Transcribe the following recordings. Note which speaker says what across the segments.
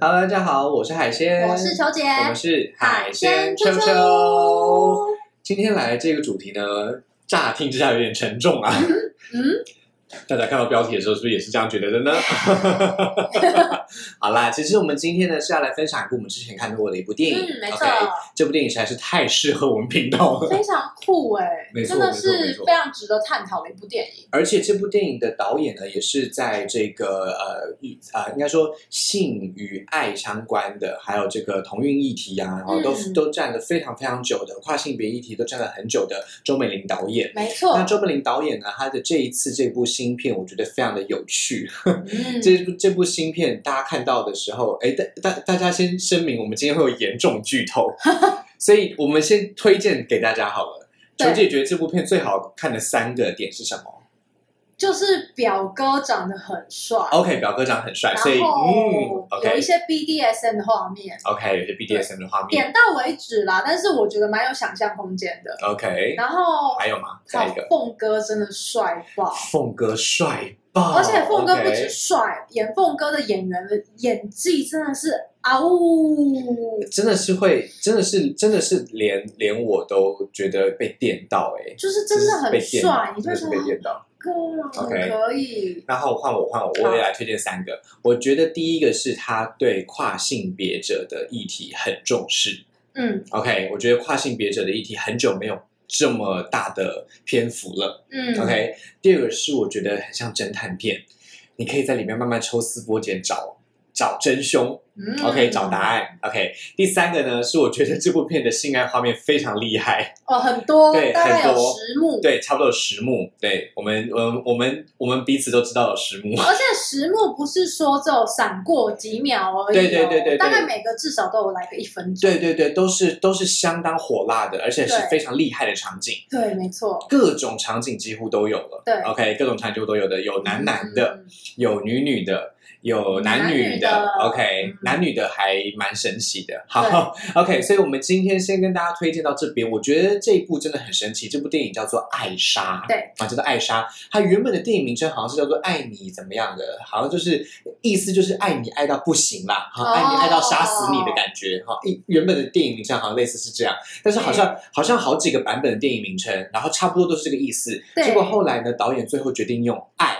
Speaker 1: Hello，大家好，我是海鲜，
Speaker 2: 我是球姐，
Speaker 1: 我们是海鲜秋
Speaker 2: 秋
Speaker 1: 秋。
Speaker 2: 嗯
Speaker 1: 今天来的这个主题呢，乍听之下有点沉重啊。
Speaker 2: 嗯，
Speaker 1: 大家看到标题的时候，是不是也是这样觉得的呢？ 好啦，其实我们今天呢是要来分享一部我们之前看过的一部电影。
Speaker 2: 嗯，没错
Speaker 1: OK，这部电影实在是太适合我们频道了。
Speaker 2: 非常酷哎、
Speaker 1: 没错
Speaker 2: 真的
Speaker 1: 没错没
Speaker 2: 是
Speaker 1: 错
Speaker 2: 非常值得探讨的一部电影。
Speaker 1: 而且这部电影的导演呢，也是在这个呃与啊、应该说性与爱相关的，还有这个同运议题啊，然后都、
Speaker 2: 嗯
Speaker 1: 都站了非常非常久的跨性别议题，都站了很久的周美玲导演。
Speaker 2: 没错
Speaker 1: 那，周美玲导演呢，她的这一次这部新片，我觉得非常的有趣。
Speaker 2: 嗯，
Speaker 1: 这部这部新片大家看到的时候，哎，大大大家先声明，我们今天会有严重剧 透，所以我们先推荐给大家好了。
Speaker 2: 对
Speaker 1: 球姐觉得这部片最好看的三个点是什么？
Speaker 2: 就是表哥长得很帅
Speaker 1: OK，表哥长得很帅，
Speaker 2: 然
Speaker 1: Oh, 所以嗯
Speaker 2: 后有
Speaker 1: ，OK
Speaker 2: 一些 BDSM 的画面，
Speaker 1: OK，有些 BDSM 的画面
Speaker 2: 点到为止啦。但是我觉得蛮有想象空间的。
Speaker 1: ，OK，
Speaker 2: 然后
Speaker 1: 还有吗？下一个，
Speaker 2: 凤哥真的帅爆。
Speaker 1: 凤哥帅爆，
Speaker 2: 而且凤哥不
Speaker 1: 哦 OK
Speaker 2: 止帅演凤哥的演员的演技真的是啊呜，
Speaker 1: 真的是会，真的是，真的是连连我都觉得被电到哎、
Speaker 2: 就是真的
Speaker 1: 被
Speaker 2: 很
Speaker 1: 电
Speaker 2: 帅
Speaker 1: 到，
Speaker 2: 你
Speaker 1: 真
Speaker 2: 就
Speaker 1: 的是
Speaker 2: 觉得
Speaker 1: 被电到。
Speaker 2: 哥很
Speaker 1: OK
Speaker 2: 可以，
Speaker 1: 然后换我换我，我也来推荐三个。我觉得第一个是他对跨性别者的议题很重视，
Speaker 2: 嗯
Speaker 1: OK，我觉得跨性别者的议题很久没有这么大的篇幅了。
Speaker 2: 嗯
Speaker 1: OK，第二个是我觉得很像侦探片，你可以在里面慢慢抽丝剥茧，找找真凶。
Speaker 2: 嗯
Speaker 1: OK，找答案。OK，第三个呢是我觉得这部片的性爱画面非常厉害，
Speaker 2: 哦，很多，
Speaker 1: 对
Speaker 2: 大概
Speaker 1: 很
Speaker 2: 有
Speaker 1: 多
Speaker 2: 十幕，，
Speaker 1: 对，差不多有十幕。对我们，我们我们我们彼此都知道有十幕。
Speaker 2: 而且十幕不是说只有闪过几秒而已哦，
Speaker 1: 对对对对对
Speaker 2: 大概每个至少都有来个一分钟，
Speaker 1: 对对对，都是都是相当火辣的，而且是
Speaker 2: 对
Speaker 1: 非常厉害的场景，
Speaker 2: 对，没错，
Speaker 1: 各种场景几乎都有了。
Speaker 2: 对
Speaker 1: ，OK，各种场景几乎都有的，有男男哦的，
Speaker 2: 嗯，
Speaker 1: 有女女的，有男女
Speaker 2: 男女的
Speaker 1: o k
Speaker 2: 嗯
Speaker 1: 男女的还蛮神奇的。好，OK，所以 我们今天先跟大家推荐到这边。我觉得这一部真的很神奇，这部电影叫做《艾莎》，
Speaker 2: 对
Speaker 1: 啊，叫做《艾莎》。它原本的电影名称好像是叫做《爱你怎么样的》，好像就是意思就是爱你爱到不行啦，哈、
Speaker 2: 哦
Speaker 1: 爱你爱到杀死你的感觉，哈、一原本的电影名称好像类似是这样，但是好像、好像好几个版本的电影名称，然后差不多都是这个意思。
Speaker 2: 对
Speaker 1: 结果后来呢，导演最后决定用爱。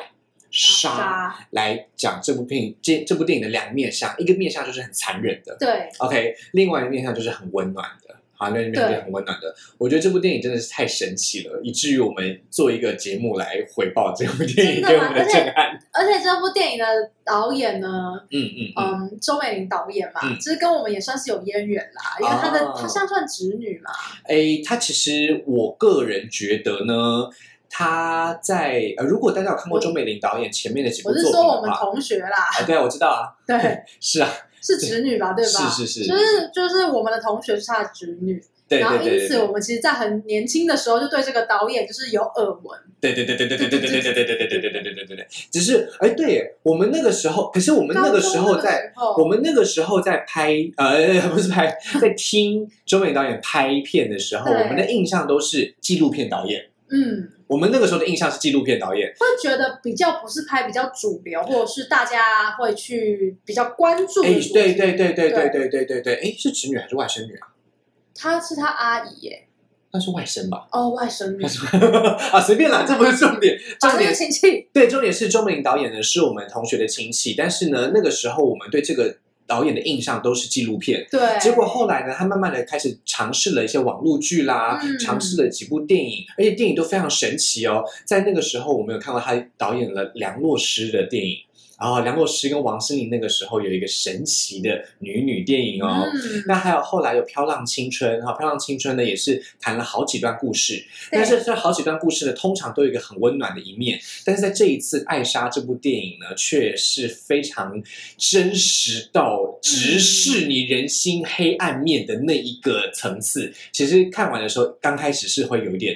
Speaker 1: 杀
Speaker 2: 杀，
Speaker 1: 来讲这部片这这部电影的两个面向，一个面向就是很残忍的
Speaker 2: 对，
Speaker 1: ，OK，另外一个面向就是很温暖的。好，那一面向就是很温暖的。我觉得这部电影真的是太神奇了，以至于我们做一个节目来回报这部电影
Speaker 2: 真的吗
Speaker 1: 给我们的震撼。
Speaker 2: 而且这部电影的导演呢，
Speaker 1: 嗯嗯嗯，
Speaker 2: 嗯，周美玲导演嘛，
Speaker 1: 嗯
Speaker 2: 其实跟我们也算是有渊源啦，因为她的
Speaker 1: 哦
Speaker 2: 她像算侄女嘛，
Speaker 1: 诶，他其实我个人觉得呢，他在呃，如果大家有看过周美玲导演前面的几部
Speaker 2: 我
Speaker 1: 作
Speaker 2: 是
Speaker 1: 品
Speaker 2: 说我
Speaker 1: 的
Speaker 2: 们
Speaker 1: 话，
Speaker 2: 同学啦，
Speaker 1: 啊，对啊，我知道啊，
Speaker 2: 对，
Speaker 1: 是啊，
Speaker 2: 是侄女吧，对吧？
Speaker 1: 是是是
Speaker 2: 就是就是我们的同学是她的侄女，
Speaker 1: 对
Speaker 2: 然
Speaker 1: 对
Speaker 2: 后
Speaker 1: 对
Speaker 2: 因
Speaker 1: 对
Speaker 2: 此我们其实，在很年轻的时候就对这个导演就是有耳闻，
Speaker 1: 对对对对对对对对对对对对对对对对对对对，只是哎，对我们那个时候，可是我们那个时候在，
Speaker 2: 高
Speaker 1: 我
Speaker 2: 中
Speaker 1: 们那个时候在拍呃不是拍，在听周美导演拍片的时候，
Speaker 2: 对
Speaker 1: 我们的印象都是纪录片导演。
Speaker 2: 那个时候嗯，
Speaker 1: 我们那个时候的印象是纪录片导演，
Speaker 2: 会觉得比较不是拍比较主流，或者是大家会去比较关注
Speaker 1: 哎，
Speaker 2: 的主题。
Speaker 1: 对对对对对对对对对，哎，是侄女还是外甥女啊？
Speaker 2: 她是她阿姨耶，
Speaker 1: 那是外甥吧？
Speaker 2: 哦，外甥女，
Speaker 1: 啊，随便啦，这不是重点，重
Speaker 2: 反正
Speaker 1: 点
Speaker 2: 是亲戚。
Speaker 1: 对，重点是周美玲导演呢是我们同学的亲戚，但是呢，那个时候我们对这个导演的印象都是纪录片，
Speaker 2: 对，
Speaker 1: 结果后来呢，他慢慢的开始尝试了一些网络剧啦，
Speaker 2: 嗯
Speaker 1: 尝试了几部电影，而且电影都非常神奇哦。在那个时候，我们有看过他导演了梁洛施的电影，然后梁洛施跟王心凌那个时候有一个神奇的女女电影哦。
Speaker 2: 嗯，
Speaker 1: 那还有后来有《飘浪青春》哈，《飘浪青春》呢也是谈了好几段故事，但是这好几段故事呢，通常都有一个很温暖的一面，但是在这一次《艾莎》这部电影呢，却是非常真实到直视你人心黑暗面的那一个层次。其实看完的时候，刚开始是会有一点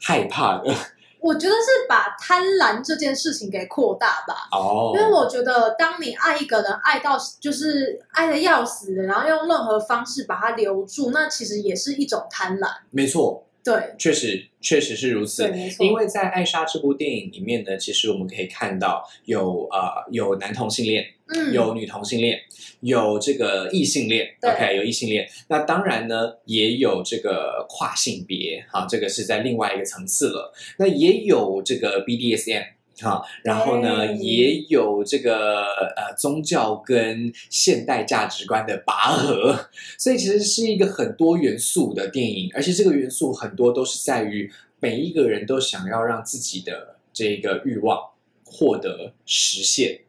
Speaker 1: 害怕 的
Speaker 2: 我觉得是把贪婪这件事情给扩大吧。
Speaker 1: 哦
Speaker 2: 因为我觉得，当你爱一个人，爱到就是爱的要死的，然后用任何方式把他留住，那其实也是一种贪婪。
Speaker 1: 没错，
Speaker 2: 对
Speaker 1: 确实确实是如此
Speaker 2: 对，。没错，
Speaker 1: 因为在《艾莎》这部电影里面呢，其实我们可以看到有呃有男同性恋，
Speaker 2: 嗯
Speaker 1: 有女同性恋，有这个异性恋
Speaker 2: 对
Speaker 1: ，OK，有异性恋。那当然呢，也有这个跨性别，哈、这个是在另外一个层次了。那也有这个 BDSM。哈，然后呢，
Speaker 2: 哎
Speaker 1: 也有这个呃宗教跟现代价值观的拔河，所以其实是一个很多元素的电影，而且这个元素很多都是在于每一个人都想要让自己的这个欲望获得实现。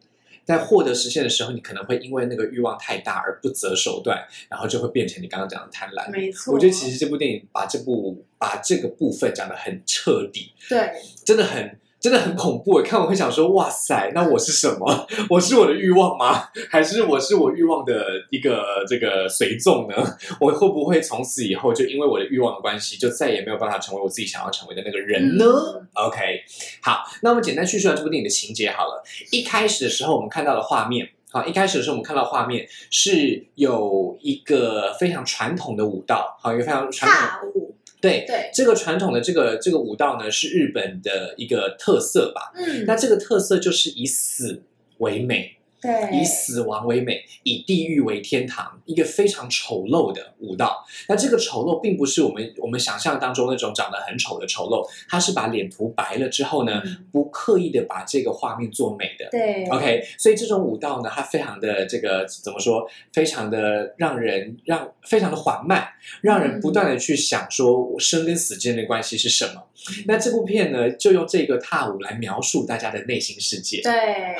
Speaker 1: 在获得实现的时候，你可能会因为那个欲望太大而不择手段，然后就会变成你刚刚讲的贪婪。
Speaker 2: 没错，
Speaker 1: 我觉得其实这部电影把这部把这个部分讲得很彻底，
Speaker 2: 对
Speaker 1: 真的很真的很恐怖耶。欸看我会想说，哇塞，那我是什么？ 我是我的欲望吗？还是我是我欲望的一个这个随从呢？我会不会从此以后就因为我的欲望的关系，就再也没有办法成为我自己想要成为的那个人呢、
Speaker 2: 嗯
Speaker 1: o k 好，那我们简单叙述一下这部电影的情节好了。一开始的时候，我们看到的画面。好，一开始的时候我们看到画面是有一个非常传统的舞蹈，好，一个非常传统的
Speaker 2: 踏舞，
Speaker 1: 对
Speaker 2: 对，
Speaker 1: 这个传统的这个这个舞蹈呢，是日本的一个特色吧？
Speaker 2: 嗯，
Speaker 1: 那这个特色就是以死为美，
Speaker 2: 对
Speaker 1: 以死亡为美，以地狱为天堂，一个非常丑陋的舞蹈。那这个丑陋并不是我们我们想象当中那种长得很丑的丑陋，它是把脸涂白了之后呢，
Speaker 2: 嗯
Speaker 1: 不刻意的把这个画面做美的。
Speaker 2: 对
Speaker 1: OK，所以这种舞蹈呢，它非常的这个怎么说，非常的让人让非常的缓慢，让人不断
Speaker 2: 嗯
Speaker 1: 的去想说我生跟死之间的关系是什么。
Speaker 2: 嗯
Speaker 1: 那这部片呢，就用这个踏舞来描述大家的内心世界。
Speaker 2: 对，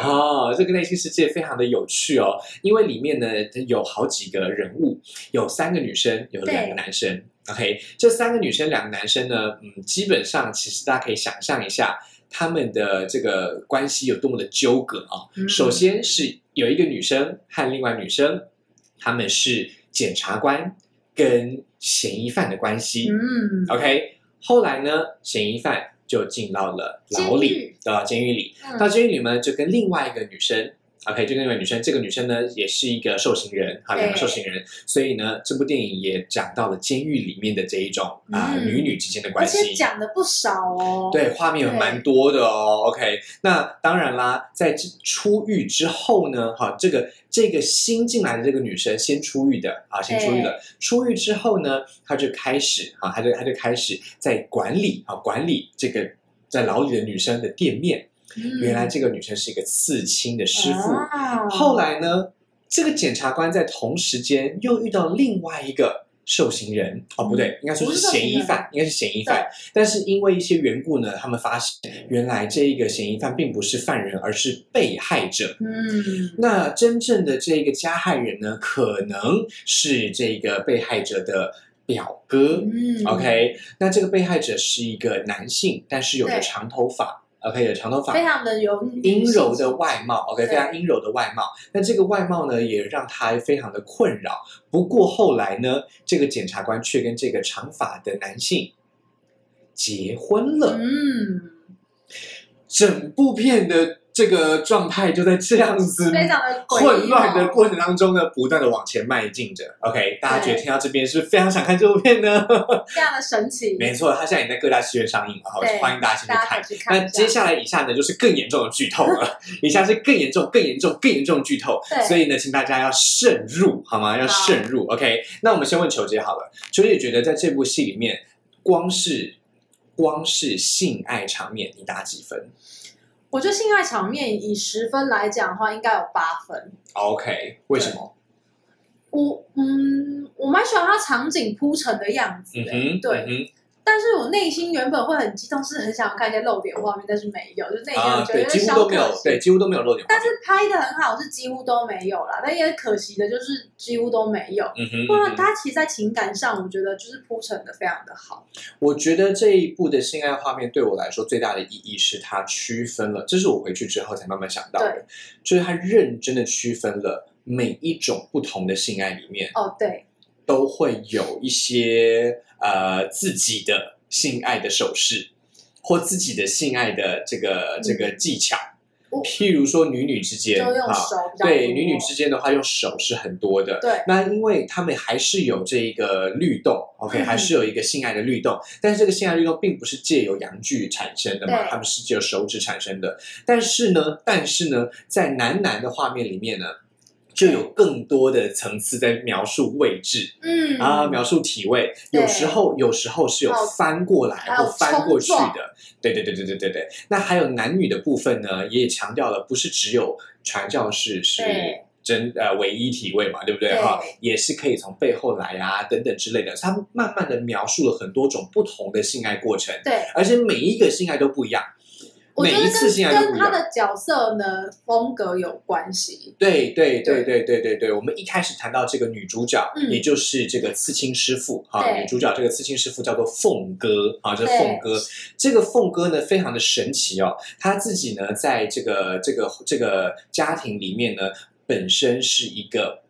Speaker 1: 哦，这个内心世界非常的有趣哦，因为里面呢有好几个人物，有三个女生，有两个
Speaker 2: 对
Speaker 1: 男生。OK，这三个女生、两个男生呢，嗯，基本上其实大家可以想象一下他们的这个关系有多么的纠葛啊、
Speaker 2: 嗯
Speaker 1: 首先是有一个女生和另外女生，他们是检察官跟嫌疑犯的关系。
Speaker 2: 嗯，
Speaker 1: OK，后来呢，嫌疑犯就进到了牢
Speaker 2: 监
Speaker 1: 里
Speaker 2: 狱，
Speaker 1: 到监狱里。
Speaker 2: 嗯
Speaker 1: 到监狱里呢，就跟另外一个女生，OK，就跟另外一个女生，这个女生呢也是一个受刑人，哈，
Speaker 2: 对
Speaker 1: 两个受刑人，所以呢，这部电影也讲到了监狱里面的这一种啊、
Speaker 2: 嗯
Speaker 1: 女女之间的
Speaker 2: 而
Speaker 1: 关
Speaker 2: 且
Speaker 1: 系。
Speaker 2: 讲的不少哦，
Speaker 1: 对，画面
Speaker 2: 对
Speaker 1: 蛮多的哦。OK，那当然啦，在这出狱之后呢，哈，这个这个新进来的这个女生先出狱的啊，先出狱的。出狱之后呢，她就开始啊，她就她就开始在管理啊，管理这个在牢里的女生的店面。
Speaker 2: 嗯，
Speaker 1: 原来这个女生是一个刺青的师傅。
Speaker 2: 啊
Speaker 1: 后来呢，这个检察官在同时间又遇到另外一个受刑人，哦，
Speaker 2: 嗯
Speaker 1: 不对，应该说是嫌疑犯，应该是嫌疑犯。但是因为一些缘故呢，他们发现原来这一个嫌疑犯并不是犯人，而是被害者。
Speaker 2: 嗯，
Speaker 1: 那真正的这个加害人呢，可能是这个被害者的表哥。
Speaker 2: 嗯
Speaker 1: OK，那这个被害者是一个男性，但是有着
Speaker 2: 对
Speaker 1: 长头发。OK，有长头发，
Speaker 2: 非常的有
Speaker 1: 阴柔的外貌，OK，
Speaker 2: 嗯对
Speaker 1: 非常阴柔的外貌。那这个外貌呢，也让他非常的困扰。不过后来呢，这个检察官却跟这个长发的男性结婚了。
Speaker 2: 嗯，
Speaker 1: 整部片的这个状态就在这样子
Speaker 2: 非常的诡
Speaker 1: 嗯
Speaker 2: 异哦
Speaker 1: 混乱的过程当中呢，不断的往前迈进着。OK，大家觉得
Speaker 2: 对
Speaker 1: 听到这边是不是非常想看这部片呢？
Speaker 2: 非常的神奇，
Speaker 1: 没错，它现在已经在各大戏院上映了，好
Speaker 2: 对
Speaker 1: 欢迎大家先去
Speaker 2: 大
Speaker 1: 看
Speaker 2: 家。可以去看一
Speaker 1: 那接下来以下呢，就是更严重的剧透了， 以下是更严重、更严重、更严重的剧透，
Speaker 2: 对
Speaker 1: 所以呢，请大家要慎入，好吗？要
Speaker 2: 好
Speaker 1: 慎入，OK？那我们先问球姐好了，球姐觉得在这部戏里面，光是光是性爱场面，你打几分
Speaker 2: 我觉得性爱场面以十分来讲的话，应该有八分。
Speaker 1: ？OK？为什么？
Speaker 2: 我嗯，我蛮喜欢它场景铺陈的样子
Speaker 1: 嗯
Speaker 2: 的，
Speaker 1: 哼，
Speaker 2: 对。
Speaker 1: 嗯
Speaker 2: 但是我内心原本会很激动，是很想要看一些露点画面，但是没有，就
Speaker 1: 哼，
Speaker 2: 那一样
Speaker 1: 啊，
Speaker 2: 觉得
Speaker 1: 对，
Speaker 2: 有
Speaker 1: 几
Speaker 2: 点
Speaker 1: 乎
Speaker 2: 小
Speaker 1: 都没
Speaker 2: 可
Speaker 1: 有，对，
Speaker 2: 惜。
Speaker 1: 几乎都没有漏点。
Speaker 2: 但是拍的很好，是几乎都没有啦。但也可惜的就是几乎都没有。
Speaker 1: 嗯哼，
Speaker 2: 不
Speaker 1: 嗯
Speaker 2: 然，
Speaker 1: 哼
Speaker 2: 它其实，在情感上，我觉得就是铺陈的非常的好。
Speaker 1: 我觉得这一部的性爱画面对我来说最大的意义是它区分了，这是我回去之后才慢慢想到的，就是它认真的区分了每一种不同的性爱里面
Speaker 2: 哦，对，
Speaker 1: 都会有一些呃自己的性爱的手势或自己的性爱的这个这个技巧。
Speaker 2: 嗯我
Speaker 1: 譬如说女女之
Speaker 2: 就
Speaker 1: 间，
Speaker 2: 用
Speaker 1: 哈
Speaker 2: 手比较多
Speaker 1: 对女女之间的话，用手是很多的。
Speaker 2: 对
Speaker 1: 那因为他们还是有这一个律动，OK，、
Speaker 2: 嗯
Speaker 1: 还是有一个性爱的律动，但是这个性爱律动并不是借由阳具产生的嘛，
Speaker 2: 对
Speaker 1: 他们是借由手指产生的。但是呢，但是呢，在男男的画面里面呢，就有更多的层次在描述位置、
Speaker 2: 嗯
Speaker 1: 啊，描述体位，
Speaker 2: 对
Speaker 1: 有时候有时候是有
Speaker 2: 还有
Speaker 1: 翻过来
Speaker 2: 还有
Speaker 1: 或翻过去
Speaker 2: 冲撞
Speaker 1: 的。对对对对对对对。那还有男女的部分呢，也强调了不是只有传教士是
Speaker 2: 对
Speaker 1: 真呃唯一体位嘛，对不对
Speaker 2: 对
Speaker 1: 哈？也是可以从背后来啊等等之类的。他慢慢的描述了很多种不同的性爱过程，
Speaker 2: 对，
Speaker 1: 而且每一个性爱都不一样，
Speaker 2: 我觉
Speaker 1: 每
Speaker 2: 得
Speaker 1: 一
Speaker 2: 跟
Speaker 1: 次性爱都
Speaker 2: 跟
Speaker 1: 不一
Speaker 2: 他
Speaker 1: 样。
Speaker 2: 的角色呢风格有关系。
Speaker 1: 对对对对对对对，我们一开始谈到这个女主角，
Speaker 2: 嗯
Speaker 1: 也就是这个刺青师傅哈，
Speaker 2: 对
Speaker 1: 女主角这个刺青师傅叫做凤哥啊，这
Speaker 2: 对
Speaker 1: 凤哥，这个凤哥呢非常的神奇哦，他自己呢在这个这个这个家庭里面呢，本身是一个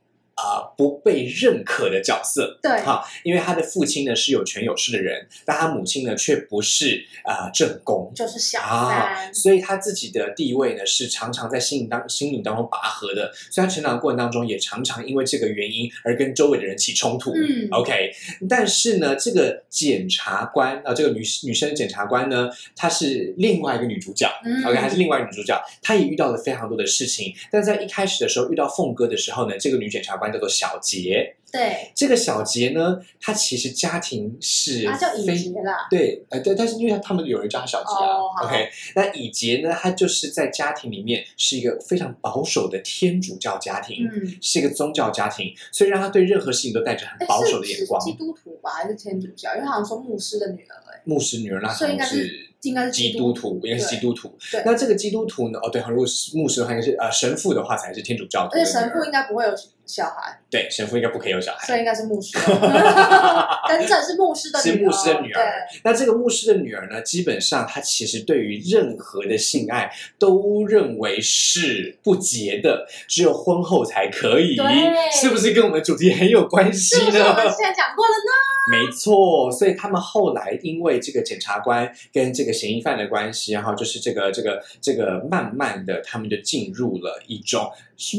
Speaker 1: 啊、不被认可的角色，
Speaker 2: 对，
Speaker 1: 哈，因为他的父亲呢是有权有势的人，但他母亲呢却不是啊、正宫。
Speaker 2: 就是小
Speaker 1: 啊
Speaker 2: 三，。
Speaker 1: 所以他自己的地位呢是常常在心灵当心灵当中拔河的，所以他成长过程当中也常常因为这个原因而跟周围的人起冲突。
Speaker 2: 嗯，
Speaker 1: OK，但是呢，这个检察官啊、这个女女生检察官呢，她是另外一个女主角。
Speaker 2: 嗯
Speaker 1: OK，她是另外一个女主角，她也遇到了非常多的事情。但在一开始的时候遇到凤哥的时候呢，这个女检察官叫做小杰。
Speaker 2: 对，
Speaker 1: 这个小杰呢，她其实家庭是
Speaker 2: 他啊叫以
Speaker 1: 非
Speaker 2: 杰啦，
Speaker 1: 对，呃，对，但是因为他们有人叫他小杰啊、
Speaker 2: 哦好
Speaker 1: o k 那以杰呢，他就是在家庭里面是一个非常保守的天主教家庭，
Speaker 2: 嗯，
Speaker 1: 是一个宗教家庭，所以让他对任何事情都带着很
Speaker 2: 哎
Speaker 1: 保守
Speaker 2: 是
Speaker 1: 的
Speaker 2: 是
Speaker 1: 眼光。
Speaker 2: 基督徒吧，还是天主教？因为好像说牧师的女儿，哎，
Speaker 1: 牧师女儿那可
Speaker 2: 所以应
Speaker 1: 能
Speaker 2: 该
Speaker 1: 是
Speaker 2: 是应该是
Speaker 1: 基督，
Speaker 2: 督
Speaker 1: 徒，应该是基督徒
Speaker 2: 对。
Speaker 1: 那这个基督徒呢？哦，对，如果是牧师的话，应该是呃神父的话才是天主教徒的
Speaker 2: 而且
Speaker 1: 女儿。
Speaker 2: 神父应该不会有小 孩，
Speaker 1: 对神父应该不可以有小
Speaker 2: 所
Speaker 1: 孩。
Speaker 2: 以应该是牧师哦。等等，是牧师的女
Speaker 1: 是
Speaker 2: 儿，
Speaker 1: 牧师的女儿
Speaker 2: 对，
Speaker 1: 那这个牧师的女儿呢，基本上她其实对于任何的性爱都认为是不洁的，只有婚后才可以
Speaker 2: 对，
Speaker 1: 是不是跟我们主题很有关系
Speaker 2: 是
Speaker 1: 呢？
Speaker 2: 不是我们之前讲过了呢？
Speaker 1: 没错，所以他们后来因为这个检察官跟这个嫌疑犯的关系，然后就是这个这个这个，慢慢的他们就进入了一种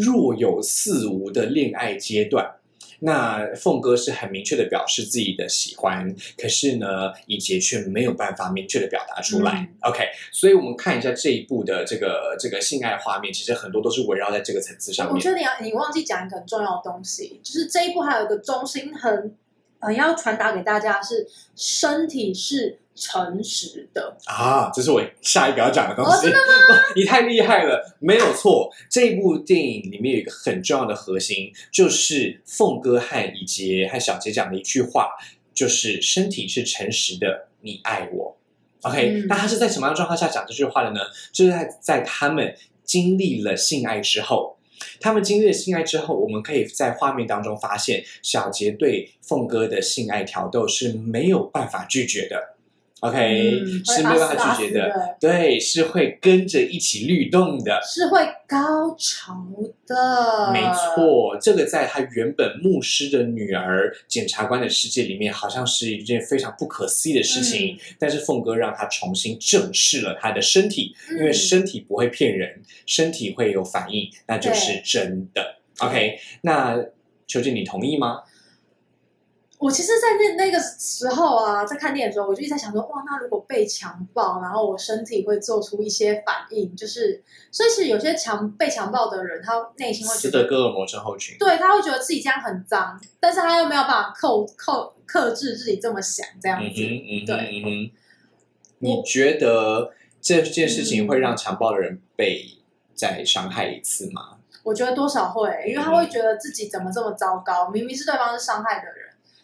Speaker 1: 若有似无的恋爱阶段。那凤哥是很明确的表示自己的喜欢，可是呢，以杰却没有办法明确的表达出来。OK，所以我们看一下这一部的这个这个性爱画面，其实很多都是围绕在这个层次上
Speaker 2: 我
Speaker 1: 面。
Speaker 2: 觉得你要你忘记讲一个很重要的东西，就是这一部还有一个中心很很要传达给大家的是，身体是诚实的。
Speaker 1: 啊，这是我下一个要讲的东西。
Speaker 2: 哦真
Speaker 1: 你太厉害了，没有错。这部电影里面有一个很重要的核心，就是凤哥和以杰和小杰讲的一句话，就是身体是诚实的，你爱我。OK，、
Speaker 2: 嗯
Speaker 1: 那他是在什么样的状况下讲这句话的呢？就是在在他们经历了性爱之后，他们经历了性爱之后，我们可以在画面当中发现，小杰对凤哥的性爱挑逗是没有办法拒绝的。OK，、
Speaker 2: 嗯
Speaker 1: 是没有办法拒绝，
Speaker 2: 会
Speaker 1: 哎的，
Speaker 2: 阿斯阿斯的
Speaker 1: 对，是会跟着一起律动的。
Speaker 2: 是会高潮的，
Speaker 1: 没。错，
Speaker 2: 呃
Speaker 1: 这个在他原本牧师的女儿检察官的世界里面，好像是一件非常不可思议的事
Speaker 2: 嗯
Speaker 1: 情。但是凤哥让他重新正视了他的身体，
Speaker 2: 嗯
Speaker 1: 因为身体不会骗人，身体会有反应，那就是真的。OK，那求姐你同意吗？
Speaker 2: 我其实，在那那个时候啊，在看电影的时候，我就一直在想说，哇，那如果被强暴，然后我身体会做出一些反应，就是，所以其实有些强被强暴的人，他内心会觉
Speaker 1: 斯
Speaker 2: 得
Speaker 1: 德哥尔摩症候群。
Speaker 2: 对他会觉得自己这样很脏，但是他又没有办法克克克制自己这么想这样
Speaker 1: 嗯
Speaker 2: 子。
Speaker 1: 哼，嗯
Speaker 2: 对
Speaker 1: 哼，嗯哼。你觉得这件事情
Speaker 2: 嗯
Speaker 1: 会让强暴的人被再伤害一次吗？
Speaker 2: 我觉得多少会，因为他
Speaker 1: 嗯
Speaker 2: 会觉得自己怎么这么糟糕，明明是对方是伤害的人。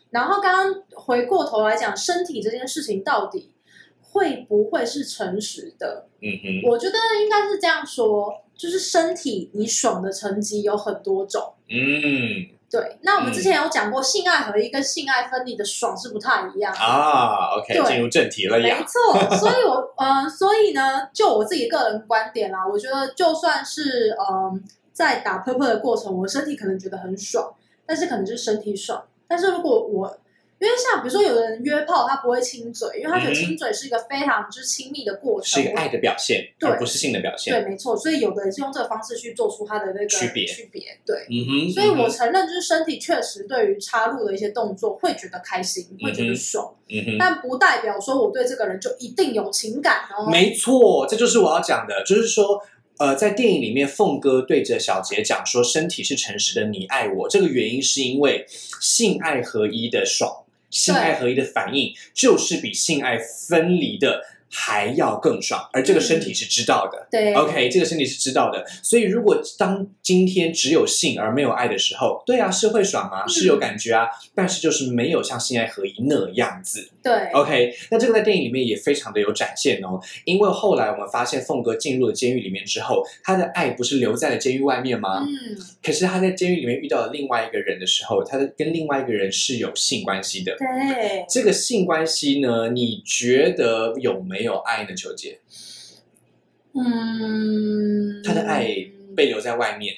Speaker 2: 然后刚刚回过头来讲，身体这件事情到底会不会是诚实的？
Speaker 1: 嗯哼，
Speaker 2: 我觉得应该是这样说，就是身体你爽的层级有很多种。
Speaker 1: 嗯
Speaker 2: 对，那我们之前有讲过，性爱合一跟性爱分离的爽是不太一样的。
Speaker 1: 啊，OK，
Speaker 2: 对
Speaker 1: 进入正题了
Speaker 2: 没
Speaker 1: 呀。
Speaker 2: 错，所以我嗯、呃所以呢，就我自己个人观点啦，我觉得就算是嗯、在打 p u r p l e 的过程，我身体可能觉得很爽，但是可能就是身体爽。但是如果我因为像比如说有的人约炮，他不会亲嘴，因为他觉得亲嘴是一个非常就是亲密的过
Speaker 1: 是
Speaker 2: 程，
Speaker 1: 一个爱的表现，
Speaker 2: 对
Speaker 1: 而不是性的表现。
Speaker 2: 对，没错。所以有的人是用这个方式去做出他的那个
Speaker 1: 区别
Speaker 2: 区别对。
Speaker 1: 嗯哼，
Speaker 2: 所以我
Speaker 1: 嗯哼
Speaker 2: 承认，就是身体确实对于插入的一些动作会觉得开心，会觉得爽，
Speaker 1: 嗯哼，
Speaker 2: 但不代表说我对这个人就一定有情感哦。
Speaker 1: 没错，这就是我要讲的，就是说。呃，在电影里面，凤哥对着小杰讲说：“身体是诚实的，你爱我。”这个原因是因为性爱合一的爽，性爱合一的反应就是比性爱分离的还要更爽，而这个身体是知道的。
Speaker 2: 嗯对
Speaker 1: OK，这个身体是知道的。所以，如果当今天只有性而没有爱的时候，对啊，是会爽啊，是
Speaker 2: 嗯
Speaker 1: 有感觉啊，但是就是没有像性爱合一那样子。
Speaker 2: 对
Speaker 1: OK，那这个在电影里面也非常的有展现哦，因为后来我们发现凤哥进入了监狱里面之后，他的爱不是留在了监狱外面吗？
Speaker 2: 嗯，
Speaker 1: 可是他在监狱里面遇到了另外一个人的时候，他的跟另外一个人是有性关系的。
Speaker 2: 对。
Speaker 1: 这个性关系呢，你觉得有没有爱呢？球姐，
Speaker 2: 嗯，
Speaker 1: 他的爱被留在外面，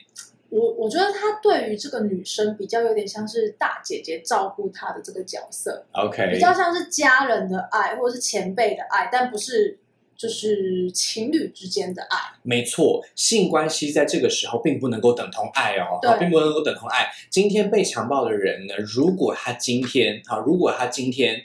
Speaker 2: 我我觉得他对于这个女生比较有点像是大姐姐照顾她的这个角色，
Speaker 1: OK，
Speaker 2: 比较像是家人的爱或者是前辈的爱，但不是就是情侣之间的爱。
Speaker 1: 没错，性关系在这个时候并不能够等同爱哦，
Speaker 2: 对
Speaker 1: 啊并不能够等同爱。今天被强暴的人呢，如果他今天啊，如果他今天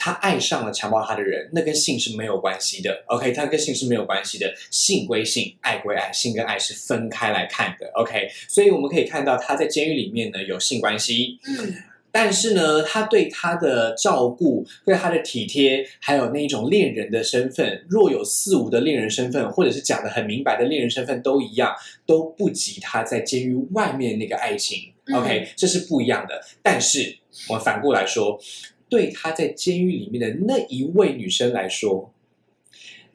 Speaker 1: 他爱上了强暴他的人，那跟性是没有关系的。OK，他跟性是没有关系的，性归性，爱归爱，性跟爱是分开来看的。OK，所以我们可以看到他在监狱里面呢有性关系，
Speaker 2: 嗯，
Speaker 1: 但是呢，他对他的照顾、对他的体贴，还有那一种恋人的身份，若有似无的恋人身份，或者是讲的很明白的恋人身份都一样，都不及他在监狱外面那个爱情。
Speaker 2: 嗯
Speaker 1: OK，这是不一样的。但是我们反过来说，对他在监狱里面的那一位女生来说，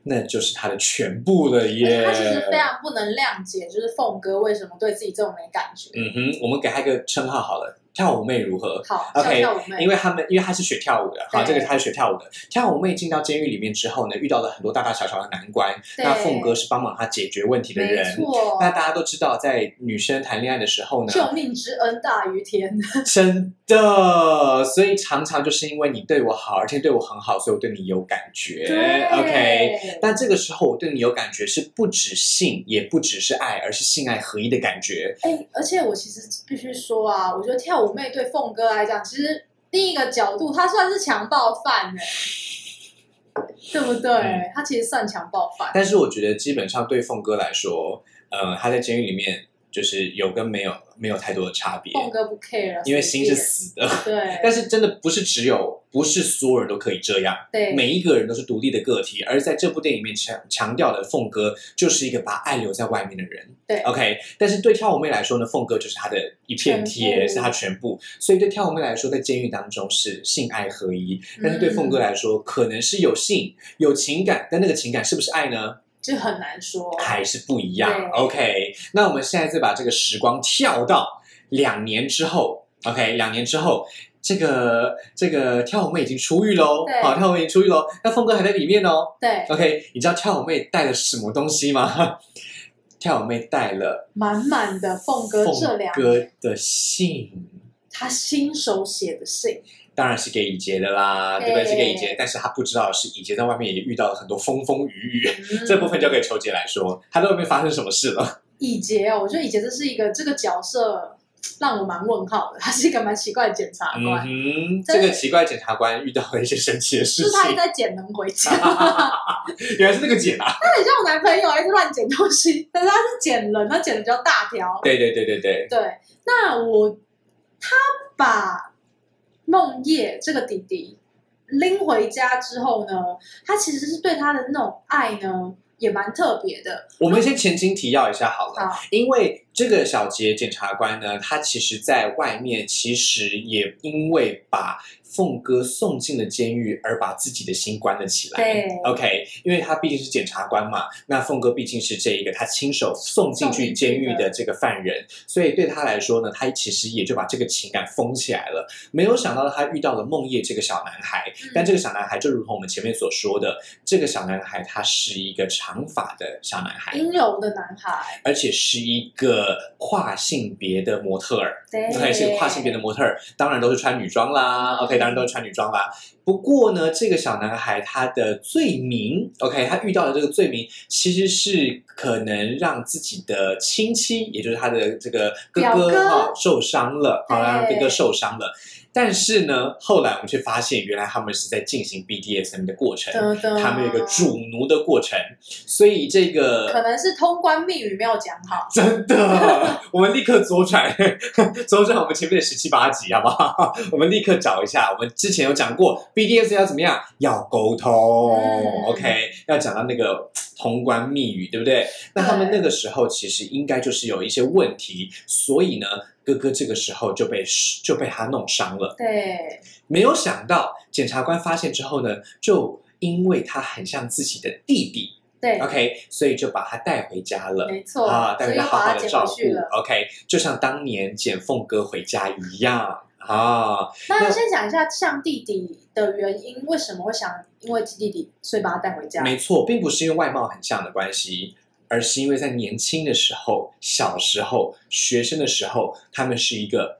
Speaker 1: 那就是他的全部了
Speaker 2: 而且
Speaker 1: 耶。
Speaker 2: 哎他其实非常不能谅解，就是凤哥为什么对自己这么没感觉。
Speaker 1: 嗯哼，我们给他一个称号好了，跳舞妹如何？
Speaker 2: 好，跳
Speaker 1: OK，
Speaker 2: 跳舞妹，
Speaker 1: 因为他们，因为他是学跳舞的，好，这
Speaker 2: 对
Speaker 1: 个他是学跳舞的。跳舞妹进到监狱里面之后呢，遇到了很多大大小小的难关。
Speaker 2: 对
Speaker 1: 那凤哥是帮忙他解决问题的
Speaker 2: 没
Speaker 1: 人。
Speaker 2: 错，
Speaker 1: 那大家都知道，在女生谈恋爱的时候呢，
Speaker 2: 救命之恩大于天。
Speaker 1: 真的，所以常常就是因为你对我好，而且对我很好，所以我对你有感觉。OK，但这个时候我对你有感觉是不止性，也不只是爱，而是性爱合一的感觉。
Speaker 2: 哎、而且我其实必须说啊，我觉得跳舞妹对凤哥来讲，其实另一个角度，她算是强暴犯哎、对不对？
Speaker 1: 嗯
Speaker 2: 她其实算强暴犯，
Speaker 1: 但是我觉得基本上对凤哥来说，呃，他在监狱里面就是有跟没有没有太多的差别，
Speaker 2: 凤哥不 care，
Speaker 1: 因为心是
Speaker 2: 随
Speaker 1: 死的。
Speaker 2: 便
Speaker 1: 但是真的不是只有，不是所有人都可以这样，
Speaker 2: 对对
Speaker 1: 每一个人都是独立的个体。而在这部电影里面强强调的，凤哥就是一个把爱留在外面的人。
Speaker 2: 对
Speaker 1: ，OK。但是对跳舞妹来说呢，凤哥就是她的一片
Speaker 2: 全
Speaker 1: 天，
Speaker 2: 部
Speaker 1: 是她全部。所以对跳舞妹来说，在监狱当中是性爱合一，但是对
Speaker 2: 嗯
Speaker 1: 凤哥来说，可能是有性有情感，但那个情感是不是爱呢？
Speaker 2: 就很难说。
Speaker 1: 还是不一样
Speaker 2: 对。
Speaker 1: OK，那我们现在再把这个时光跳到两年之后，OK，两年之后。这个这个跳舞妹已经出狱喽
Speaker 2: 对，
Speaker 1: 好，跳舞妹已经出狱喽，那凤哥还在里面哦。
Speaker 2: 对，
Speaker 1: OK，你知道跳舞妹带了什么东西吗？ 跳舞妹带了
Speaker 2: 满满的凤哥这
Speaker 1: 凤
Speaker 2: 两
Speaker 1: 哥的信，
Speaker 2: 他亲手写的信，
Speaker 1: 当然是给乙杰的啦，对不对？
Speaker 2: 对
Speaker 1: 是给乙杰，但是他不知道的是乙杰在外面也遇到了很多风风雨雨，
Speaker 2: 嗯
Speaker 1: 这部分交给球姐来说，她在外面发生什么事了？
Speaker 2: 以杰哦，我觉得以杰这是一个这个角色让我蛮问号的，他是一个蛮奇怪的检察官。
Speaker 1: 嗯哼，
Speaker 2: 真
Speaker 1: 这
Speaker 2: 的
Speaker 1: 个奇怪检察官遇到了一些神奇的事
Speaker 2: 就是他一
Speaker 1: 情，
Speaker 2: 直在捡能回 家，他
Speaker 1: 原来是那个检啊！
Speaker 2: 很像我男朋友，一直乱捡东西，但是他是捡人，他捡的比较大条。
Speaker 1: 对对对对对，
Speaker 2: 对，那我他把梦叶这个弟弟拎回家之后呢，他其实是对他的那种爱呢，也蛮特别的。
Speaker 1: 我们先前情提要一下好了，
Speaker 2: 好，
Speaker 1: 因为这个小杰检察官呢，他其实在外面其实也因为把凤哥送进了监狱，而把自己的心关了起来。
Speaker 2: 对
Speaker 1: ，OK，因为他毕竟是检察官嘛，那凤哥毕竟是这一个他亲手送进去监狱的这个犯人，所以对他来说呢，他其实也就把这个情感封起来了。没有想到他遇到了梦叶这个小男孩，
Speaker 2: 嗯
Speaker 1: 但这个小男孩就如同我们前面所说的，这个小男孩他是一个长发的小男孩，
Speaker 2: 嗯阴柔的男孩，
Speaker 1: 而且是一个的跨性别的模特儿，
Speaker 2: 对，
Speaker 1: 还是跨性别的模特儿，当然都是穿女装啦。OK，当然都是穿女装啦。不过呢，这个小男孩他的罪名，OK，他遇到的这个罪名其实是可能让自己的亲戚，也就是他的这个哥
Speaker 2: 表
Speaker 1: 哥
Speaker 2: 哥
Speaker 1: 哈、受伤了，好、让
Speaker 2: 对
Speaker 1: 哥哥受伤了。但是呢，后来我们却发现，原来他们是在进行 BDSM 的过程，
Speaker 2: 的的，
Speaker 1: 他们有一个主奴的过程，所以这个
Speaker 2: 可能是通关密语没有讲好，
Speaker 1: 真的，啊我们立刻左转， 左转我们前面的十七八集，好不好？ 我们立刻找一下，我们之前有讲过 BDS 要怎么样，要沟通、
Speaker 2: 嗯
Speaker 1: o k 要讲到那个通关密语，对不对？那他们
Speaker 2: 对
Speaker 1: 那个时候其实应该就是有一些问题，所以呢，哥哥这个时候就被就被他弄伤了。
Speaker 2: 对，
Speaker 1: 没有想到，检察官发现之后呢，就因为他很像自己的弟弟
Speaker 2: 对，
Speaker 1: ，OK，所以就把他带回家了。
Speaker 2: 没错，
Speaker 1: 啊，
Speaker 2: 哦所
Speaker 1: 但
Speaker 2: 以
Speaker 1: 是
Speaker 2: 又
Speaker 1: 好
Speaker 2: 把
Speaker 1: 好
Speaker 2: 它
Speaker 1: 的
Speaker 2: 捡
Speaker 1: 照
Speaker 2: 回
Speaker 1: 顾
Speaker 2: 去了。
Speaker 1: ，OK，就像当年捡凤哥回家一样啊。
Speaker 2: 那先讲一下像弟弟的原因，为什么会想因为弟弟所以把他带回家？
Speaker 1: 没错，并不是因为外貌很像的关系，而是因为在年轻的时候、小时候、学生的时候，他们是一个。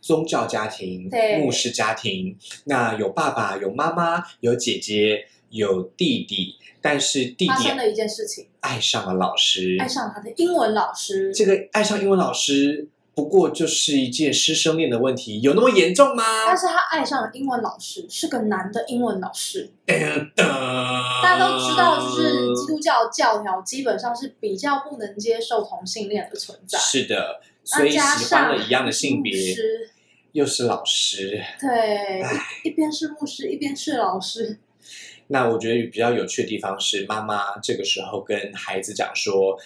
Speaker 1: 宗教家庭
Speaker 2: 对、
Speaker 1: 牧师家庭，那有爸爸、有妈妈、有姐姐、有弟弟，但是弟
Speaker 2: 发
Speaker 1: 弟
Speaker 2: 生了一件事情，
Speaker 1: 爱上了老师，
Speaker 2: 爱上他的英文老师。
Speaker 1: 这个爱上英文老师，不过就是一件师生恋的问题，有那么严重吗？
Speaker 2: 但是他爱上了英文老师，是个男的英文老师。大
Speaker 1: 大
Speaker 2: 家都知道，就是
Speaker 1: 呃
Speaker 2: 基督教教条基本上是比较不能接受同性恋的存在。
Speaker 1: 是的，
Speaker 2: 那
Speaker 1: 所以
Speaker 2: 加
Speaker 1: 喜欢
Speaker 2: 上
Speaker 1: 了一样的性别
Speaker 2: 牧，师
Speaker 1: 又是老师。
Speaker 2: 对
Speaker 1: 唉，
Speaker 2: 一一边是牧师，一边是老师。
Speaker 1: 那我觉得比较有趣的地方是，妈妈这个时候跟孩子讲说，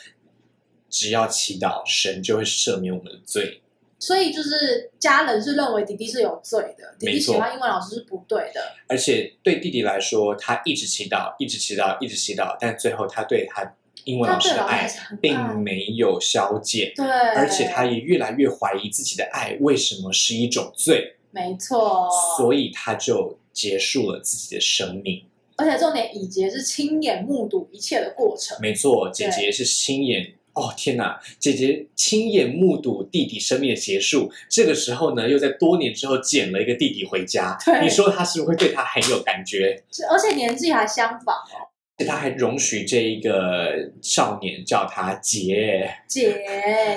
Speaker 1: 只要祈祷，神就会赦免我们的罪。
Speaker 2: 所以就是家人是认为弟弟是有罪的，弟弟
Speaker 1: 没错
Speaker 2: 喜欢英文老师是不对的。
Speaker 1: 而且对弟弟来说，他一直祈祷，一直祈祷，一直祈祷，但最后他对他英文
Speaker 2: 他
Speaker 1: 老师
Speaker 2: 对
Speaker 1: 的
Speaker 2: 老师还
Speaker 1: 爱
Speaker 2: 是很爱
Speaker 1: 并没有消减，
Speaker 2: 对，
Speaker 1: 而
Speaker 2: 而
Speaker 1: 且他也越来越怀疑自己的爱为什么是一种罪。
Speaker 2: 没错，
Speaker 1: 所以他就结束了自己的生命。
Speaker 2: 而且重点，以杰是亲眼目睹一切的过程。
Speaker 1: 没错，姐姐是亲眼。哦天哪！姐姐亲眼目睹弟弟生命的结束，这个时候呢，又在多年之后捡了一个弟弟回家
Speaker 2: 对。
Speaker 1: 你说他是不是会对他很有感觉？
Speaker 2: 是而且年纪还相仿哦，
Speaker 1: 他还容许这一个少年叫他姐，
Speaker 2: 姐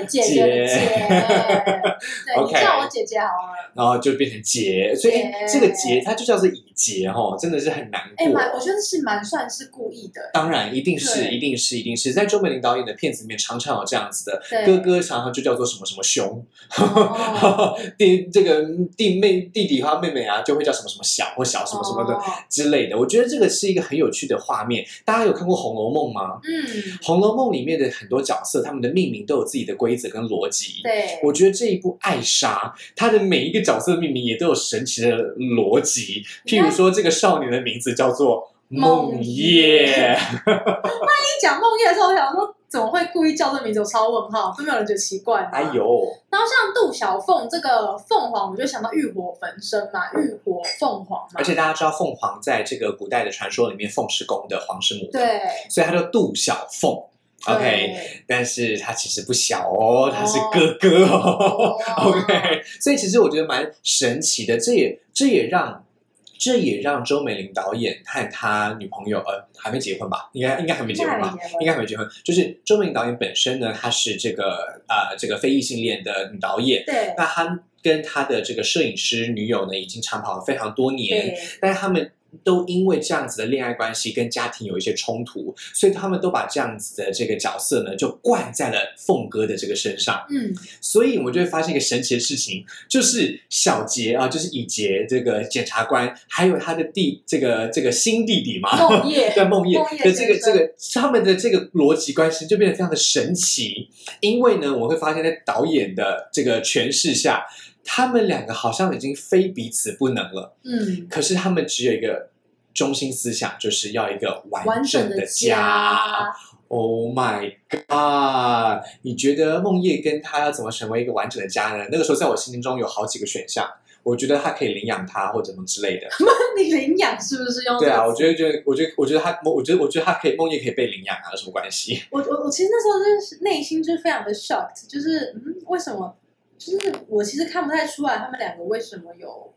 Speaker 2: 姐姐的姐，对
Speaker 1: OK
Speaker 2: 你叫我姐姐好了。
Speaker 1: 然后就变成杰，所以
Speaker 2: 姐
Speaker 1: 哎这个杰他就叫做乙杰哦，真的是很难
Speaker 2: 哎，
Speaker 1: 过。
Speaker 2: 蛮，我觉得是蛮算是故意的。
Speaker 1: 当然，一定是，
Speaker 2: 对
Speaker 1: 一定是，一定是在周美玲导演的片子里面，常常有这样子的
Speaker 2: 对
Speaker 1: 哥哥常常就叫做什么什么熊，
Speaker 2: 哦
Speaker 1: 弟这个嗯弟妹弟弟和妹妹啊，就会叫什么什么小或 小什么什么的
Speaker 2: 哦
Speaker 1: 之类的。我觉得这个是一个很有趣的画面。大家有看过《红楼梦》吗？
Speaker 2: 嗯，
Speaker 1: 《红楼梦》里面的很多角色，他们的命名都有自己的规则跟逻辑。
Speaker 2: 对，
Speaker 1: 我觉得这一部《爱莎》，它的每一个角色的命名也都有神奇的逻辑。譬如说，这个少年的名字叫做
Speaker 2: 梦
Speaker 1: 梦
Speaker 2: 叶
Speaker 1: 叶。
Speaker 2: 一讲梦叶的时候，我想说怎么会故意叫这名字？我超问号，都没有人觉得奇怪吗？
Speaker 1: 哎 呦，
Speaker 2: 然后像杜小凤这个凤凰，我就想到浴火焚身嘛，浴火凤凰嘛
Speaker 1: 而，且大家知道，凤凰在这个古代的传说里面，凤是公的，凰是母的，
Speaker 2: 对
Speaker 1: 所以它叫杜小凤。OK，
Speaker 2: 对
Speaker 1: 但是它其实不小哦，它是哥哥哦。
Speaker 2: 哦
Speaker 1: OK，所以其实我觉得蛮神奇的，这也这也让。这也让周美玲导演和他女朋友，呃，还没结婚吧？应该应该还没结婚吧？应该还没结婚。就是周美玲导演本身呢，她是这个呃这个非异性恋的女导演，
Speaker 2: 对
Speaker 1: 那她跟她的这个摄影师女友呢，已经长跑了非常多年。
Speaker 2: 对
Speaker 1: 但是他们都因为这样子的恋爱关系跟家庭有一些冲突，所以他们都把这样子的这个角色呢，就灌在了凤哥的这个身上。
Speaker 2: 嗯，
Speaker 1: 所以我们就会发现一个神奇的事情，就是小杰啊，就是以杰这个检察官，还有他的弟这个这个新弟弟嘛，
Speaker 2: 梦 叶
Speaker 1: 对梦叶
Speaker 2: 梦叶
Speaker 1: 的这个
Speaker 2: 先生
Speaker 1: 这个他们的这个逻辑关系就变得非常的神奇，因为呢，我会发现在导演的这个诠释下，他们两个好像已经非彼此不能了。
Speaker 2: 嗯，
Speaker 1: 可是他们只有一个中心思想，就是要一个
Speaker 2: 完
Speaker 1: 完
Speaker 2: 整
Speaker 1: 整
Speaker 2: 的
Speaker 1: 的家。Oh my god！你觉得梦叶跟他要怎么成为一个完整的家呢？那个时候在我心中有好几个选项，我我觉得他可以领养他或者什么之类 的。
Speaker 2: 你领养是不是用这
Speaker 1: 对
Speaker 2: 个
Speaker 1: 啊，
Speaker 2: 词
Speaker 1: 我觉得觉得我觉得我觉得他我觉得我觉得他可以梦叶可以被领养啊，有什么关系？
Speaker 2: 我我我其实那时候真是内心就是非常的 shocked，就是嗯，为什么？就是我其实看不太出来他们两个为什么有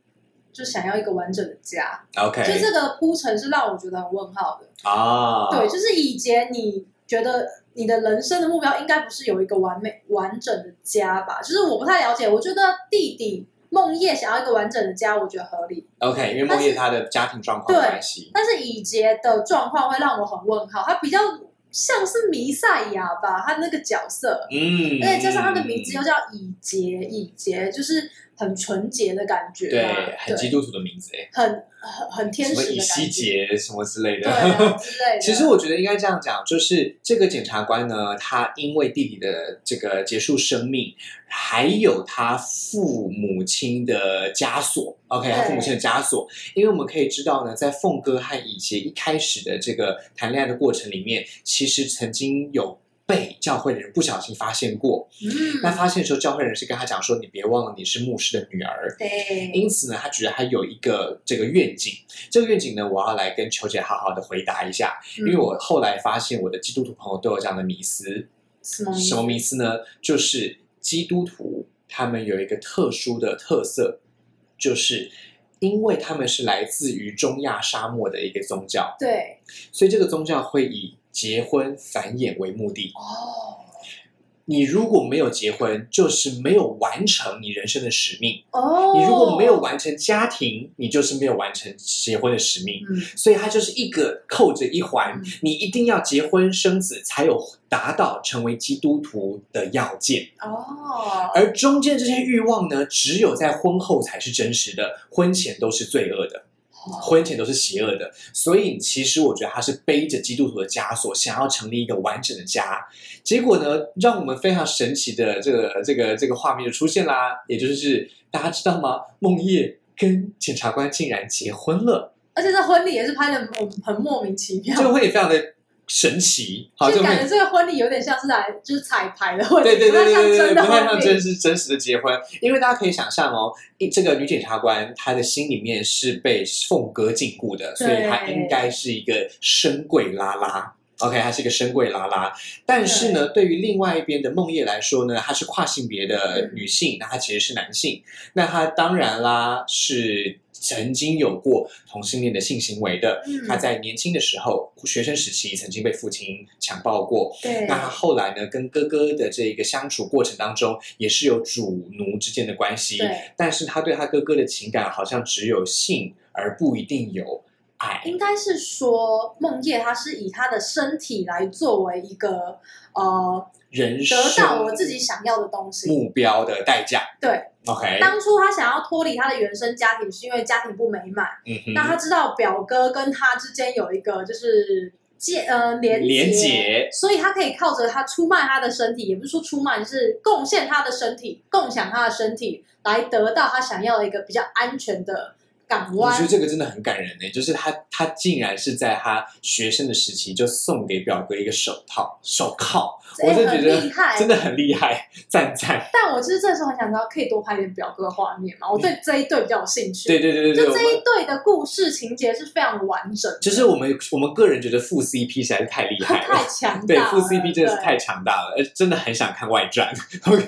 Speaker 2: 就想要一个完整的家，
Speaker 1: OK，
Speaker 2: 就这个铺陈是让我觉得很问号的。
Speaker 1: 啊，
Speaker 2: 对，就是以前你觉得你的人生的目标应该不是有一个完美完整的家吧？就是我不太了解，我觉得弟弟梦叶想要一个完整的家，我觉得合理，
Speaker 1: OK，因为梦叶她的家庭状况的
Speaker 2: 对
Speaker 1: 关系，
Speaker 2: 但是以杰的状况会让我很问号，他比较像是弥赛亚吧，他那个角色，
Speaker 1: 嗯，
Speaker 2: 而且加上他的名字又叫以洁，以洁就是很纯洁的感觉
Speaker 1: 对
Speaker 2: 嘛，，
Speaker 1: 很基督徒的名字哎，
Speaker 2: 很很很啊天
Speaker 1: 什
Speaker 2: 使
Speaker 1: 么
Speaker 2: 的
Speaker 1: 以
Speaker 2: 感
Speaker 1: 西
Speaker 2: 觉，
Speaker 1: 结 什么之类的，
Speaker 2: 对啊之类的。
Speaker 1: 其实我觉得应该这样讲，就是这个检察官呢，他因为弟弟的这个结束生命，还有他父母亲的枷锁，OK，
Speaker 2: 对
Speaker 1: 他父母亲的枷锁，因为我们可以知道呢，在凤哥和以杰一开始的这个谈恋爱的过程里面，其实曾经有。被教会的人不小心发现过，那
Speaker 2: 嗯，
Speaker 1: 发现的时候，教会人是跟他讲说：“你别忘了，你是牧师的女儿。”
Speaker 2: 对，
Speaker 1: 因此呢，他觉得他有一个这个愿景，这个愿景呢，我要来跟球姐好好的回答一下，因
Speaker 2: 嗯
Speaker 1: 为我后来发现我的基督徒朋友都有这样的迷思，
Speaker 2: 什么
Speaker 1: 什么迷思呢？就是基督徒他们有一个特殊的特色，就是因为他们是来自于中亚沙漠的一个宗教，
Speaker 2: 对
Speaker 1: 所以这个宗教会以结婚繁衍为目的。
Speaker 2: 哦
Speaker 1: 你如果没有结婚，就是没有完成你人生的使命。
Speaker 2: 哦，
Speaker 1: 你如果没有完成家庭，你就是没有完成结婚的使命。
Speaker 2: 嗯
Speaker 1: 所以它就是一个扣着一环
Speaker 2: 嗯，
Speaker 1: 你一定要结婚生子才有达到成为基督徒的要件。
Speaker 2: 哦
Speaker 1: 而中间这些欲望呢，只有在婚后才是真实的，婚前都是罪恶的，婚前都是邪恶的。所以其实我觉得他是背着基督徒的枷锁，想要成立一个完整的家。结果呢，让我们非常神奇的这个这个这个画面就出现啦，也就是大家知道吗？梦叶跟检察官竟然结婚了。
Speaker 2: 而且这婚礼也是拍的很很莫名其妙
Speaker 1: 这。个婚礼非常的神奇，好，这
Speaker 2: 就
Speaker 1: 个
Speaker 2: 感
Speaker 1: 婚
Speaker 2: 觉
Speaker 1: 礼。
Speaker 2: 这个婚礼有点像是来就是彩排的婚礼，
Speaker 1: 对对对对对对，
Speaker 2: 不太像真的
Speaker 1: 不太像
Speaker 2: 婚礼。
Speaker 1: 真是真实的结婚，因为大家可以想象哦，一这个女检察官她的心里面是被凤哥禁锢的，所以
Speaker 2: 对
Speaker 1: 她应该是一个深贵拉拉。OK，她是一个深贵拉拉，但是呢，对于另外一边的梦叶来说呢，她是跨性别的
Speaker 2: 嗯
Speaker 1: 女性，那她其实是男性，那她当然啦是曾经有过同性恋的性行为的，
Speaker 2: 嗯
Speaker 1: 他在年轻的时候，学生时期曾经被父亲强暴过。
Speaker 2: 对
Speaker 1: 那他后来呢，跟哥哥的这个相处过程当中，也是有主奴之间的关系。
Speaker 2: 对，
Speaker 1: 但是他对他哥哥的情感好像只有性，而不一定有爱。
Speaker 2: 应该是说，梦叶她是以她的身体来作为一个呃
Speaker 1: 人生
Speaker 2: 得到我自己想要的东西。
Speaker 1: 目标的代价。
Speaker 2: 对，
Speaker 1: OK，
Speaker 2: 当初她想要脱离她的原生家庭，是因为家庭不美满。
Speaker 1: 嗯哼，
Speaker 2: 那她知道表哥跟她之间有一个就是结呃连
Speaker 1: 连结
Speaker 2: 结，所以她可以靠着她出卖她的身体，也不是说出卖，就是贡献她的身体，共享她的身体，来得到她想要的一个比较安全的港
Speaker 1: 我
Speaker 2: 湾
Speaker 1: 觉得。这个真的很感人呢、就是他他竟然是在他学生的时期就送给表哥一个手套手铐，
Speaker 2: 这
Speaker 1: 我真的
Speaker 2: 很
Speaker 1: 觉得
Speaker 2: 厉害
Speaker 1: 真的很厉害，赞赞。
Speaker 2: 但我就是这时候很想知道，可以多拍点表哥画面嘛？我对这一对比较有兴
Speaker 1: 嗯
Speaker 2: 趣。
Speaker 1: 对对对对对，
Speaker 2: 就
Speaker 1: 我
Speaker 2: 这
Speaker 1: 们
Speaker 2: 一对的故事情节是非常完整的，
Speaker 1: 就是我们我们个人觉得副 CP 实在是太厉害
Speaker 2: 太
Speaker 1: 了。
Speaker 2: 强大了。
Speaker 1: 对，副 CP 真的是
Speaker 2: 对
Speaker 1: 太强大了，呃，真的很想看外传。OK，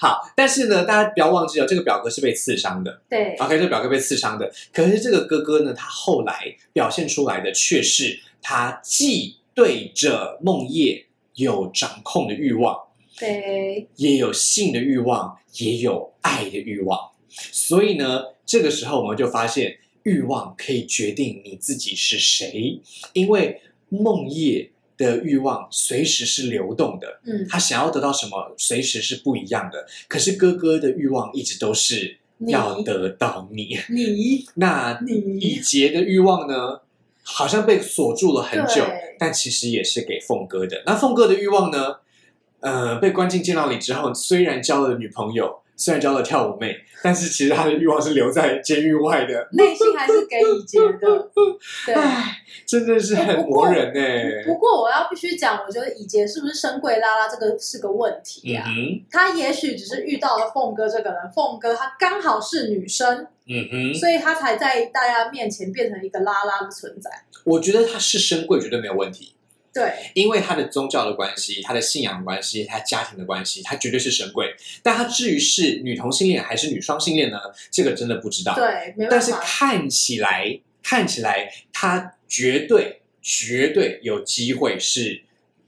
Speaker 1: 好，但是呢，大家不要忘记哦，这个表哥是被刺伤的。
Speaker 2: 对
Speaker 1: OK，这个表哥被刺伤的，可是这个哥哥呢，他后来表现出来的却是他既对着梦叶有掌控的欲望，
Speaker 2: 对，
Speaker 1: 也有性的欲望，也有爱的欲望。所以呢，这个时候我们就发现，欲望可以决定你自己是谁，因为梦叶的欲望随时是流动的，
Speaker 2: 嗯，
Speaker 1: 他想要得到什么，随时是不一样的。可是哥哥的欲望一直都是
Speaker 2: 你
Speaker 1: 要得到你，
Speaker 2: 你
Speaker 1: 那以
Speaker 2: 你
Speaker 1: 杰的欲望呢，好像被锁住了很久
Speaker 2: 对，
Speaker 1: 但其实也是给凤哥的。那凤哥的欲望呢，呃，被关进监牢里之后，虽然交了女朋友，虽然交了跳舞妹，但是其实他的欲望是留在监狱外的。
Speaker 2: 内心还是给已结的。对，
Speaker 1: 唉，真的是很磨人哎、
Speaker 2: 不过我要必须讲，我觉得已结是不是深贵拉拉这个是个问题
Speaker 1: 嗯
Speaker 2: 啊。
Speaker 1: 哼，
Speaker 2: 他也许只是遇到了凤哥这个人，凤哥他刚好是女生，
Speaker 1: 嗯哼，
Speaker 2: 所以他才在大家面前变成一个拉拉的存在。
Speaker 1: 我觉得他是深贵绝对没有问题，
Speaker 2: 对，
Speaker 1: 因为他的宗教的关系、他的信仰的关系、他家庭的关系，他绝对是神鬼。但他至于是女同性恋还是女双性恋呢？这个真的不知道。
Speaker 2: 对，没办
Speaker 1: 啊但是
Speaker 2: 法。
Speaker 1: 看起来，看起来他绝对、绝对有机会是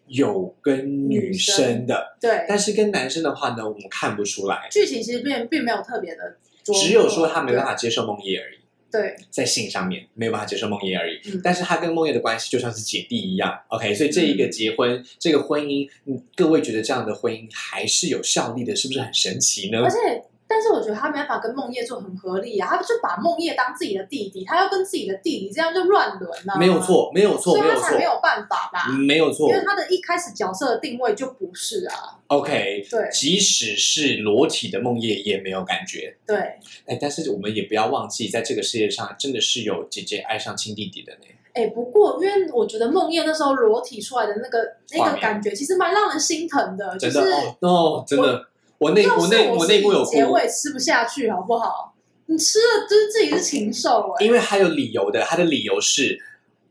Speaker 1: 有跟女生的，
Speaker 2: 对，
Speaker 1: 但是跟男生的话呢，我们看不出来，
Speaker 2: 剧情其实并并没有特别的琢磨，
Speaker 1: 只有说他没办法接受梦叶而已。
Speaker 2: 对。
Speaker 1: 在性上面没有办法接受梦叶而已，
Speaker 2: 嗯
Speaker 1: 但是他跟梦叶的关系就像是姐弟一样，OK，所以这一个结婚，这个婚姻，嗯各位觉得这样的婚姻还是有效力的，是不是很神奇呢
Speaker 2: 对，而？且。但是我觉得他没办法跟梦叶做很合理啊，他就把梦叶当自己的弟弟，他要跟自己的弟弟这样就乱伦啊了、
Speaker 1: 没有，错，没有错，
Speaker 2: 所以
Speaker 1: 没有
Speaker 2: 他才
Speaker 1: 错
Speaker 2: 没，有办法吧？
Speaker 1: 嗯没有错
Speaker 2: 因为他的一开始角色的定位就不是啊，
Speaker 1: ，OK，
Speaker 2: 对
Speaker 1: 即使是裸体的梦叶也没有感觉。
Speaker 2: 对，
Speaker 1: 哎，但是我们也不要忘记，在这个世界上真的是有姐姐爱上亲弟弟的呢。
Speaker 2: 哎，不过因为我觉得梦叶那时候裸体出来的那个
Speaker 1: 画
Speaker 2: 那个
Speaker 1: 面
Speaker 2: 感觉，其实蛮让人心疼的，就
Speaker 1: 真
Speaker 2: 是
Speaker 1: 的哦，no，真的，我内
Speaker 2: 要
Speaker 1: 我
Speaker 2: 是
Speaker 1: 内
Speaker 2: 我
Speaker 1: 我
Speaker 2: 是
Speaker 1: 内裤有
Speaker 2: 以
Speaker 1: 哭，
Speaker 2: 结尾吃不下去，好不好？你吃了就是自己是禽兽哎、
Speaker 1: 因为还有理由的，他的理由是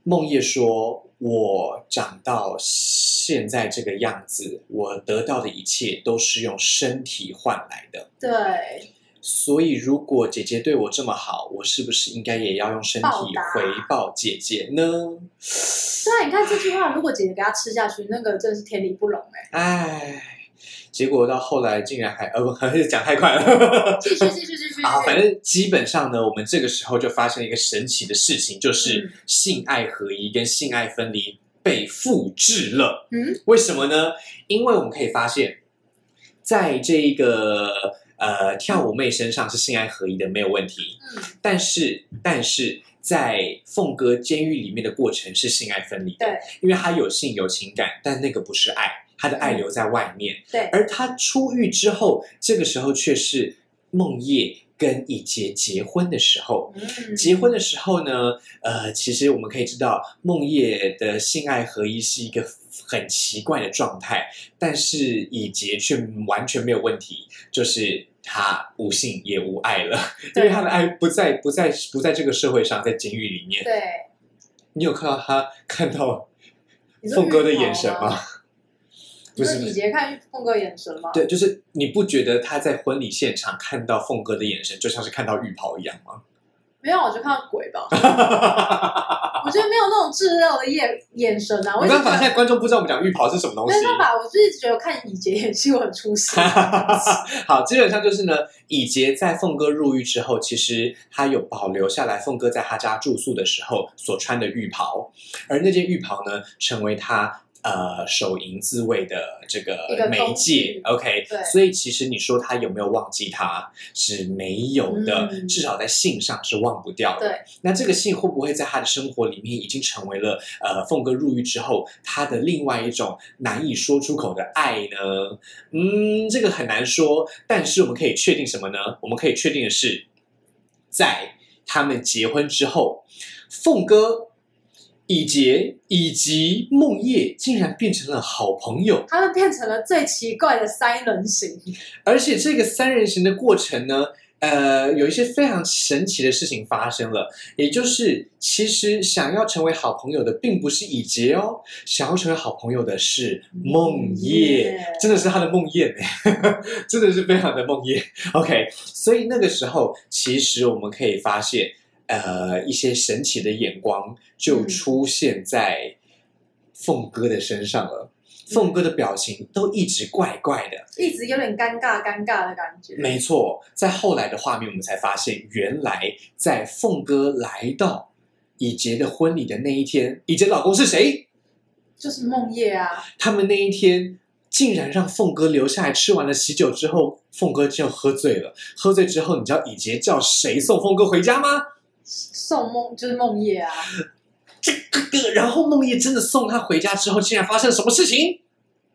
Speaker 1: 梦叶说：“我长到现在这个样子，我得到的一切都是用身体换来的。
Speaker 2: 对，
Speaker 1: 所以，如果姐姐对我这么好，我是不是应该也要用身体
Speaker 2: 报答
Speaker 1: 回报姐姐呢？”
Speaker 2: 对啊，你看这句话，如果姐姐给他吃下去，那个真是天理不容 哎、
Speaker 1: 唉，结果到后来竟然还呃，不， 还是讲太快 了。
Speaker 2: 继续继续继续。
Speaker 1: 啊，反正基本上呢，我们这个时候就发生了一个神奇的事情，就是性爱合一跟性爱分离被复制了。
Speaker 2: 嗯，
Speaker 1: 为什么呢？因为我们可以发现，在这一个呃跳舞妹身上是性爱合一的没有问题，
Speaker 2: 嗯，
Speaker 1: 但是但是在凤哥监狱里面的过程是性爱分离的，
Speaker 2: 对
Speaker 1: 因为他有性有情感，但那个不是爱，他的爱留在外面。
Speaker 2: 对，
Speaker 1: 而他出狱之后，这个时候却是梦叶跟以杰结婚的时候。
Speaker 2: 嗯，
Speaker 1: 结婚的时候呢，呃，其实我们可以知道，梦叶的性爱合一是一个很奇怪的状态，但是以杰却完全没有问题，就是他无性也无爱了，因
Speaker 2: 对
Speaker 1: 为他的爱不在不在不在这个社会上，在监狱里面。
Speaker 2: 对，
Speaker 1: 你有看到他看到
Speaker 2: 你说
Speaker 1: 凤哥的
Speaker 2: 玉皇
Speaker 1: 眼神吗？？
Speaker 2: 你
Speaker 1: 不
Speaker 2: 说
Speaker 1: 是不
Speaker 2: 李
Speaker 1: 是
Speaker 2: 杰看凤哥眼神吗？
Speaker 1: 对，就是你不觉得他在婚礼现场看到凤哥的眼神，就像是看到浴袍一样吗？
Speaker 2: 没有，我就看到鬼吧。 我觉得没有那种炙热的眼眼神啊，我
Speaker 1: 没
Speaker 2: 一直
Speaker 1: 办法，
Speaker 2: 看
Speaker 1: 现在观众不知道我们讲浴袍是什么东西
Speaker 2: 没。办法，我就一直觉得看李杰演戏我很出戏。
Speaker 1: 好，基本上就是呢，以杰在凤哥入狱之后，其实他有保留下来凤哥在他家住宿的时候所穿的浴袍，而那件浴袍呢，成为他。呃，手淫自慰的这
Speaker 2: 一个
Speaker 1: 个
Speaker 2: 工具
Speaker 1: 媒介，OK，
Speaker 2: 对
Speaker 1: 所以其实你说他有没有忘记他是没有的，
Speaker 2: 嗯
Speaker 1: 至少在性上是忘不掉的。
Speaker 2: 对，
Speaker 1: 那这个性会不会在他的生活里面已经成为了呃凤哥入狱之后他的另外一种难以说出口的爱呢？嗯，这个很难说。但是我们可以确定什么呢？我们可以确定的是，在他们结婚之后，凤哥、以杰以及梦叶竟然变成了好朋友。
Speaker 2: 他们变成了最奇怪的三人行，
Speaker 1: 而且这个三人行的过程呢，呃，有一些非常神奇的事情发生了，也就是其实想要成为好朋友的并不是以杰哦，想要成为好朋友的是梦叶，真的是他的梦魇呢， 真的是非常的梦魇。OK，所以那个时候，其实我们可以发现，呃，一些神奇的眼光就出现在凤哥的身上了。凤哥的表情都一直怪怪的，
Speaker 2: 一直有点尴尬尴尬的感觉。
Speaker 1: 没错，在后来的画面，我们才发现，原来在凤哥来到以杰的婚礼的那一天，以杰老公是谁？
Speaker 2: 就是梦叶啊，
Speaker 1: 他们那一天竟然让凤哥留下来吃完了喜酒之后，凤哥就喝醉了。喝醉之后，你知道以杰叫谁送凤哥回家吗？
Speaker 2: 送梦就是梦叶啊，
Speaker 1: 这个，然后梦叶真的送他回家之后，竟然发生了什么事情？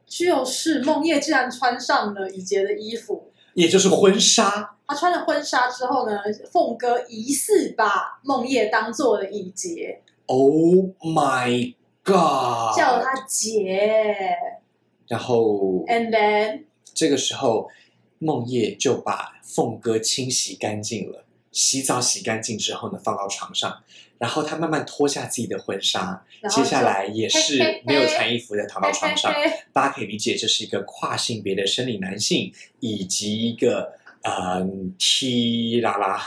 Speaker 2: 就是梦叶竟然穿上了以杰的衣服，
Speaker 1: 也就是婚纱。
Speaker 2: 他穿了婚纱之后呢，凤哥疑似把梦叶当做了乙杰，
Speaker 1: Oh my god！
Speaker 2: 叫了他姐。
Speaker 1: 然后
Speaker 2: And then
Speaker 1: 这个时候，梦叶就把凤哥清洗干净了，洗澡洗干净之后呢，放到床上，然后他慢慢脱下自己的婚纱，
Speaker 2: 然后
Speaker 1: 接
Speaker 2: 就
Speaker 1: 下来也
Speaker 2: 嘿嘿
Speaker 1: 是
Speaker 2: 嘿
Speaker 1: 没有穿衣服的躺到床上。
Speaker 2: 嘿嘿嘿
Speaker 1: 大家可以理解，这是一个跨性别的生理男性，以及一个呃 T 啦啦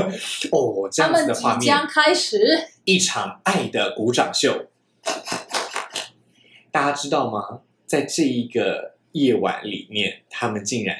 Speaker 1: 哦这
Speaker 2: 他
Speaker 1: 样子
Speaker 2: 们
Speaker 1: 的画
Speaker 2: 即
Speaker 1: 面
Speaker 2: 将，开始。
Speaker 1: 一场爱的鼓掌秀。大家知道吗？在这一个夜晚里面，他们竟然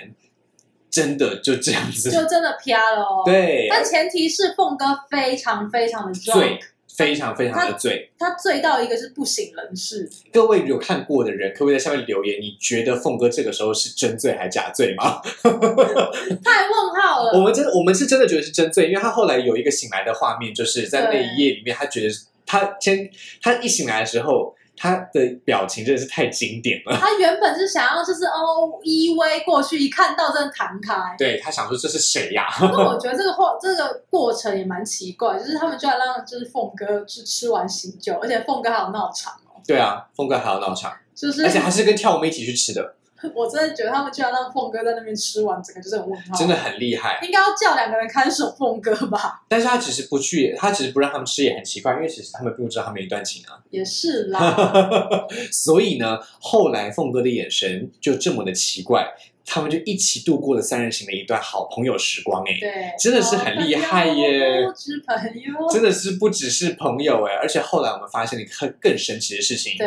Speaker 1: 真的就这样子，
Speaker 2: 就真的啪了哦。，
Speaker 1: 对，
Speaker 2: 但前提是凤哥非常非常的
Speaker 1: 醉
Speaker 2: drunk，，
Speaker 1: 非常非常的醉。
Speaker 2: 他醉到一个是不省人事。
Speaker 1: 各位有看过的人，可不可以在下面留言？你觉得凤哥这个时候是真醉还假醉 吗？
Speaker 2: 太问号
Speaker 1: 我
Speaker 2: 了，
Speaker 1: 们真的，我们是真的觉得是真醉，因为他后来有一个醒来的画面，就是在那一夜里面，他觉得他先他一醒来的时候，他的表情真的是太经典了。
Speaker 2: 他原本是想要就是哦依偎过去，一看到真的弹开。
Speaker 1: 对他想说这是谁呀、
Speaker 2: 那我觉得这个后这个过程也蛮奇怪，就是他们居然让就是凤哥去吃完喜酒，而且凤哥还有闹场哦，
Speaker 1: 对啊，凤哥还要闹场，
Speaker 2: 就是
Speaker 1: 而且还是跟跳舞们一起去吃的，
Speaker 2: 我真的觉得他们居然让凤哥在那边吃完，整个就是很问号。
Speaker 1: 真的很厉害。啊
Speaker 2: 应该要叫两个人看守凤哥吧？
Speaker 1: 但是他其实不去，他其实不让他们吃也很奇怪，因为其实他们并不知道他们有一段情啊。
Speaker 2: 也是啦。
Speaker 1: 所以呢，后来凤哥的眼神就这么的奇怪，他们就一起度过了三人行的一段好朋友时光哎、
Speaker 2: 对，哦
Speaker 1: 真的是很厉害耶
Speaker 2: 不止朋友，
Speaker 1: 真的是不只是朋友哎、而且后来我们发现了一个更更神奇的事情，
Speaker 2: 对，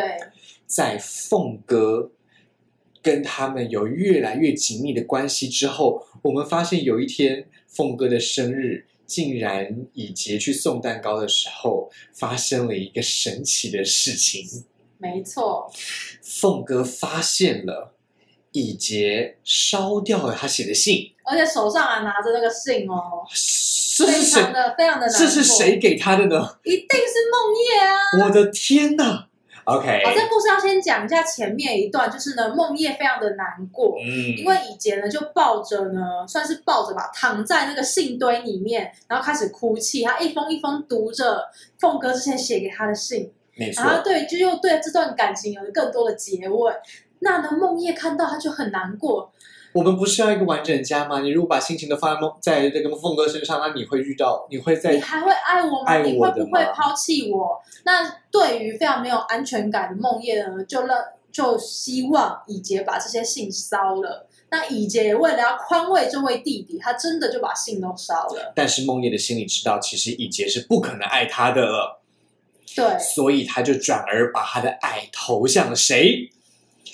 Speaker 1: 在凤哥跟他们有越来越紧密的关系之后，我们发现有一天凤哥的生日，竟然以杰去送蛋糕的时候，发生了一个神奇的事情。
Speaker 2: 没错，
Speaker 1: 凤哥发现了以杰烧掉了他写的信，
Speaker 2: 而且手上还拿着那个信哦，
Speaker 1: 这
Speaker 2: 非
Speaker 1: 是谁
Speaker 2: 常？的非常的难过，
Speaker 1: 这是谁？给他的呢？
Speaker 2: 一定是梦叶啊！
Speaker 1: 我的天哪！OK，
Speaker 2: 好，这故事要先讲一下前面一段，就是呢，梦叶非常的难过。
Speaker 1: 嗯，
Speaker 2: 因为以杰呢就抱着呢，算是抱着吧，躺在那个信堆里面，然后开始哭泣。他一封一封读着凤哥之前写给他的信，
Speaker 1: 没错
Speaker 2: 然，后对，就又对这段感情有了更多的结问。那呢，梦叶看到他就很难过，
Speaker 1: 我们不是要一个完整的家吗？你如果把心情都放在梦，在这个凤哥身上，那你会遇到，你会
Speaker 2: 你
Speaker 1: 在
Speaker 2: 还会爱我吗？
Speaker 1: 爱
Speaker 2: 你
Speaker 1: 我
Speaker 2: 会
Speaker 1: 的
Speaker 2: 不会
Speaker 1: 吗
Speaker 2: 抛弃我？那对于非常没有安全感的梦叶呢，就让就希望以杰把这些信烧了。那以杰也为了要宽慰这位弟弟，他真的就把信都烧了。
Speaker 1: 但是梦叶的心里知道，其实以杰是不可能爱他的了，
Speaker 2: 对，
Speaker 1: 所以他就转而把他的爱投向了谁？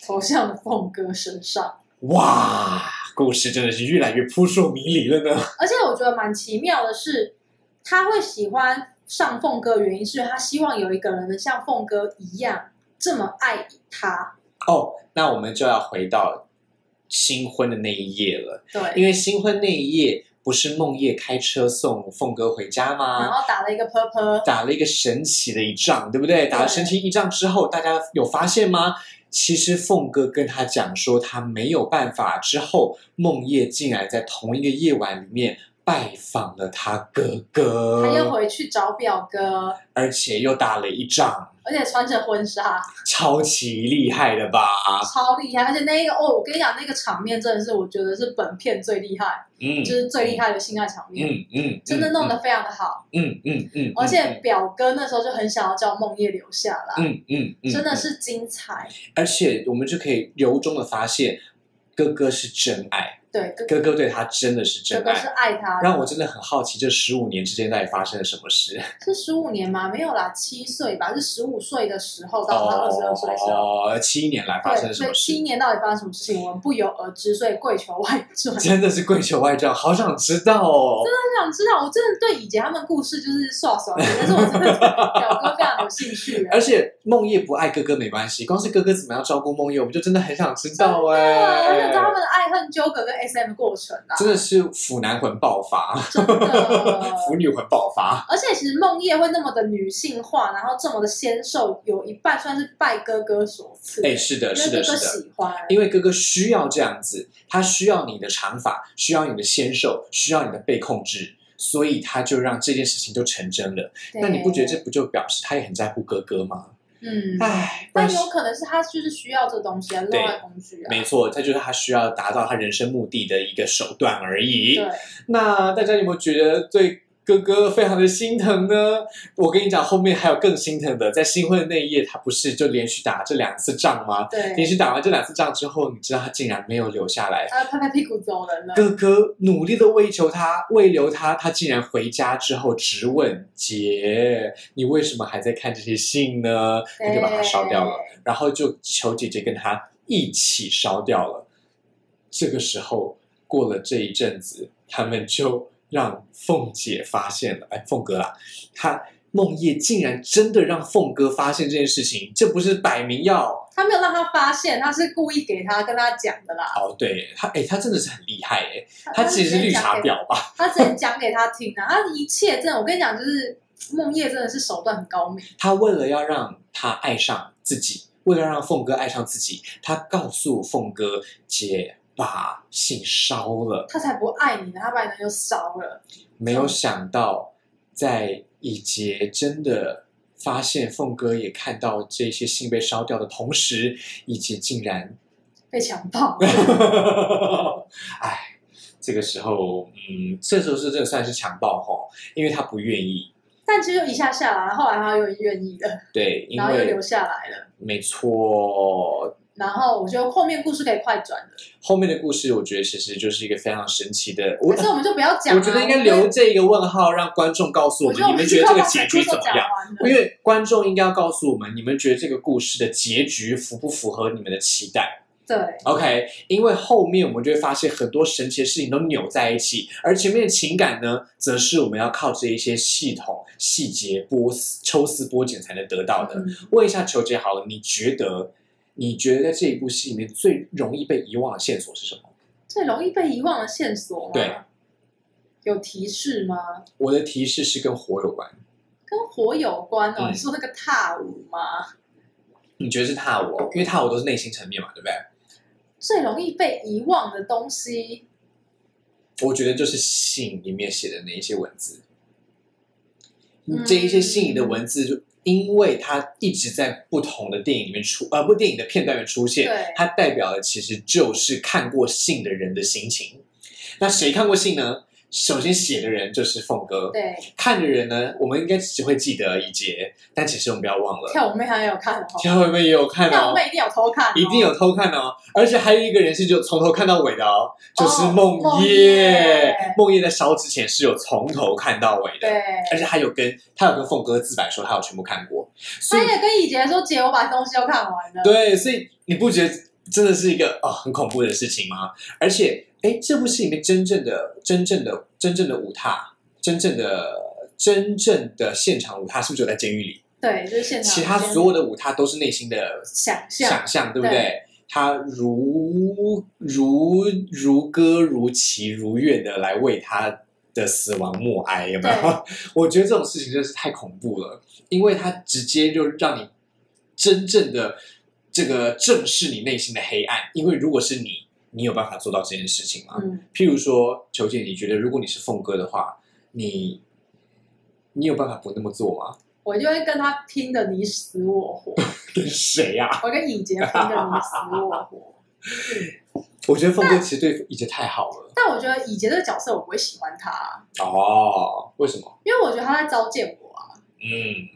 Speaker 2: 投向了凤哥身上。
Speaker 1: 哇，故事真的是越来越扑朔迷离了呢。
Speaker 2: 而且我觉得蛮奇妙的是，他会喜欢上凤哥，原因是他希望有一个人能像凤哥一样这么爱他。
Speaker 1: 哦，那我们就要回到新婚的那一夜了，
Speaker 2: 对，
Speaker 1: 因为新婚那一夜不是梦叶开车送凤哥回家吗？
Speaker 2: 然后打了一个泼泼，
Speaker 1: 打了一个神奇的一仗，对不对？打了神奇一仗之后，大家有发现吗？其实凤哥跟他讲说他没有办法，之后梦叶竟然在同一个夜晚里面拜访了他哥
Speaker 2: 他又
Speaker 1: 哥，
Speaker 2: 回去找表哥。
Speaker 1: 而且又打了一仗，
Speaker 2: 而且穿着婚纱，
Speaker 1: 超级厉害的吧？
Speaker 2: 超厉害！而且那一个哦，我跟你讲，那个场面真的是我觉得是本片最厉害，
Speaker 1: 嗯
Speaker 2: 就是最厉害的性爱场面，
Speaker 1: 嗯嗯，
Speaker 2: 真的弄得非常的好。
Speaker 1: 嗯嗯嗯嗯，
Speaker 2: 而且表哥那时候就很想要叫梦叶留下来，
Speaker 1: 嗯嗯嗯，
Speaker 2: 真的是精彩。
Speaker 1: 而且我们就可以由衷的发现，哥哥是真爱，
Speaker 2: 对，哥
Speaker 1: 哥哥对他真的是
Speaker 2: 哥
Speaker 1: 真
Speaker 2: 哥
Speaker 1: 爱
Speaker 2: 是。爱他的，
Speaker 1: 让我真的很好奇，这十五年之间到底发生了什么事？
Speaker 2: 是十五年吗？没有啦，七岁吧，是十五岁的时候到他二十二岁的时候。
Speaker 1: 哦，七年来发生
Speaker 2: 对，
Speaker 1: 了什
Speaker 2: 所以
Speaker 1: 么
Speaker 2: 七
Speaker 1: 事？
Speaker 2: 年到底发生什么事情，我们不由而知，所以跪求外传。
Speaker 1: 真的是跪求外传，好想知道哦。
Speaker 2: 我想知道，我真的对以前他们故事就是刷刷的，但是我真的对表哥非常有兴趣啊
Speaker 1: 。而且梦叶不爱哥哥没
Speaker 2: 啊
Speaker 1: 关系，光是哥哥怎么样照顾梦叶，我们就真的很想知道哎、
Speaker 2: 对，而且他们的爱恨纠葛跟 SM 过程啊，
Speaker 1: 真的是腐男魂爆发，
Speaker 2: 真的
Speaker 1: 腐女魂爆发，
Speaker 2: 而且其实梦叶会那么的女性化，然后这么的纤瘦，有一半算是拜哥哥所赐。
Speaker 1: 哎，是的，是
Speaker 2: 因为
Speaker 1: 的，
Speaker 2: 哥
Speaker 1: 是
Speaker 2: 哥
Speaker 1: 的。
Speaker 2: 喜欢，
Speaker 1: 因为哥哥需要这样子，他需要你的长发，需要你的纤瘦，需要你的被控制，所以他就让这件事情就成真了。
Speaker 2: 对
Speaker 1: 那你不觉得这不就表示他也很在乎哥哥吗？
Speaker 2: 嗯？
Speaker 1: 唉，不然
Speaker 2: 但有可能是他就是需要这东西啊，
Speaker 1: 对
Speaker 2: 恋爱工具啊，
Speaker 1: 没错，这就是他需要达到他人生目的的一个手段而已。
Speaker 2: 对，
Speaker 1: 那大家有没有觉得对哥哥非常的心疼呢？我跟你讲，后面还有更心疼的，在新婚的那一夜，他不是就连续打这两次仗吗？连
Speaker 2: 对，
Speaker 1: 续打完这两次仗之后，你知道他竟然没有留下来，
Speaker 2: 他拍拍屁股走人了。
Speaker 1: 哥哥努力的为求他，为留他，他竟然回家之后直问姐：“你为什么还在看这些信呢？”他就把它烧掉了，然后就求姐姐跟他一起烧掉了。这个时候过了这一阵子，他们就让凤姐发现了，哎，凤哥啊，他梦叶竟然真的让凤哥发现这件事情，这不是摆明要
Speaker 2: 对，他没有让他发现，他是故意给他跟他讲的啦。
Speaker 1: 哦？对他，哎，他真的是很厉害哎，他其实是
Speaker 2: 直
Speaker 1: 绿
Speaker 2: 接讲
Speaker 1: 茶
Speaker 2: 给
Speaker 1: 婊吧？
Speaker 2: 他之前讲给他听啊，他一切真的，我跟你讲，就是梦叶真的是手段很高明，
Speaker 1: 他为了要让他爱上自己，为了让凤哥爱上自己，他告诉凤哥姐把信烧了。
Speaker 2: 他才不爱你呢，他把你的就烧了。
Speaker 1: 没有想到，在以杰真的发现凤哥也看到这些信被烧掉的同时，以杰竟然，
Speaker 2: 被强暴，
Speaker 1: 哎，这个时候，嗯，这时候是真的算是强暴吼，因为他不愿意。
Speaker 2: 但其实就一下下来，后来他又愿意了，
Speaker 1: 对，因
Speaker 2: 然后又
Speaker 1: 为
Speaker 2: 留下来了。
Speaker 1: 没错，
Speaker 2: 然后我觉得后面故事可以快转了，
Speaker 1: 后面的故事，我觉得其实就是一个非常神奇的。我
Speaker 2: 可是我们就不要 讲、啊。
Speaker 1: 我觉得应该留这一个问号，让观众告诉
Speaker 2: 我
Speaker 1: 我
Speaker 2: 觉
Speaker 1: 们
Speaker 2: 得，我
Speaker 1: 你们
Speaker 2: 们
Speaker 1: 觉得
Speaker 2: 就
Speaker 1: 这
Speaker 2: 把
Speaker 1: 个
Speaker 2: 整
Speaker 1: 结局
Speaker 2: 故事
Speaker 1: 怎
Speaker 2: 都
Speaker 1: 么
Speaker 2: 讲
Speaker 1: 样？
Speaker 2: 完了。
Speaker 1: 因为观众应该要告诉我们，你们觉得这个故事的结局符不符合你们的期待
Speaker 2: 对，
Speaker 1: ？OK，因为后面我们就会发现很多神奇的事情都扭在一起，而前面的情感呢，则是我们要靠这一些系统细节剥丝抽丝剥茧才能得到的。
Speaker 2: 嗯
Speaker 1: 问一下球姐好了，你觉得你觉得在这一部戏里面最容易被遗忘的线索是什么？
Speaker 2: 最容易被遗忘的线索吗？
Speaker 1: 对，
Speaker 2: 有提示吗？
Speaker 1: 我的提示是跟火有关。
Speaker 2: 跟火有关哦，
Speaker 1: 嗯
Speaker 2: 你说那个踏舞吗？
Speaker 1: 你觉得是踏我？因为踏我都是内心层面嘛，对不对？
Speaker 2: 最容易被遗忘的东西，
Speaker 1: 我觉得就是信里面写的那一些文字，
Speaker 2: 嗯
Speaker 1: 这一些信里的文字，就因为它一直在不同的电影里面出，呃，不，电影的片段里面出现
Speaker 2: 对，
Speaker 1: 它代表的其实就是看过信的人的心情。那谁看过信呢？首先写的人就是凤哥，
Speaker 2: 对，
Speaker 1: 看的人呢，我们应该只会记得一节，但其实我们不要忘了，
Speaker 2: 跳舞妹还有看哦，
Speaker 1: 跳妹妹也有看
Speaker 2: 跳
Speaker 1: 哦
Speaker 2: 舞，妹一定有偷看、哦，
Speaker 1: 一定有偷看哦，而且还有一个人是就从头看到尾的哦，就是梦
Speaker 2: 梦
Speaker 1: 叶
Speaker 2: 叶。
Speaker 1: 梦叶在烧之前是有从头看到尾的，
Speaker 2: 对。
Speaker 1: 而且他有跟他有跟凤哥自白说他有全部看过，所以
Speaker 2: 他也跟以杰说：“姐，我把东西都看完了。”
Speaker 1: 对，所以你不觉得真的是一个哦很恐怖的事情吗？而且，哎，这部戏里面真正的、真正的、真正的舞踏，真正的、真正的现场舞踏，是不是就在监狱里？
Speaker 2: 对，就是现场。
Speaker 1: 其他所有的舞踏都是内心的
Speaker 2: 想象，
Speaker 1: 想象，对不对？
Speaker 2: 对
Speaker 1: 他如如如歌如泣如乐的来为他的死亡默哀，有没有
Speaker 2: 对？
Speaker 1: 我觉得这种事情真是太恐怖了，因为他直接就让你真正的这个正视你内心的黑暗。因为如果是你，你有办法做到这件事情吗？
Speaker 2: 嗯，
Speaker 1: 譬如说，球姐，你觉得如果你是凤哥的话，你你有办法不那么做吗？
Speaker 2: 我就会跟他拼的你死我 活，
Speaker 1: 跟谁啊呀、
Speaker 2: 我跟以杰拼的你死我活。
Speaker 1: 我觉得凤哥其实对已经太好了。
Speaker 2: 但我觉得以杰这个角色，我不会喜欢他，
Speaker 1: 哦，为什么？
Speaker 2: 因为我觉得他在召见我啊，
Speaker 1: 嗯，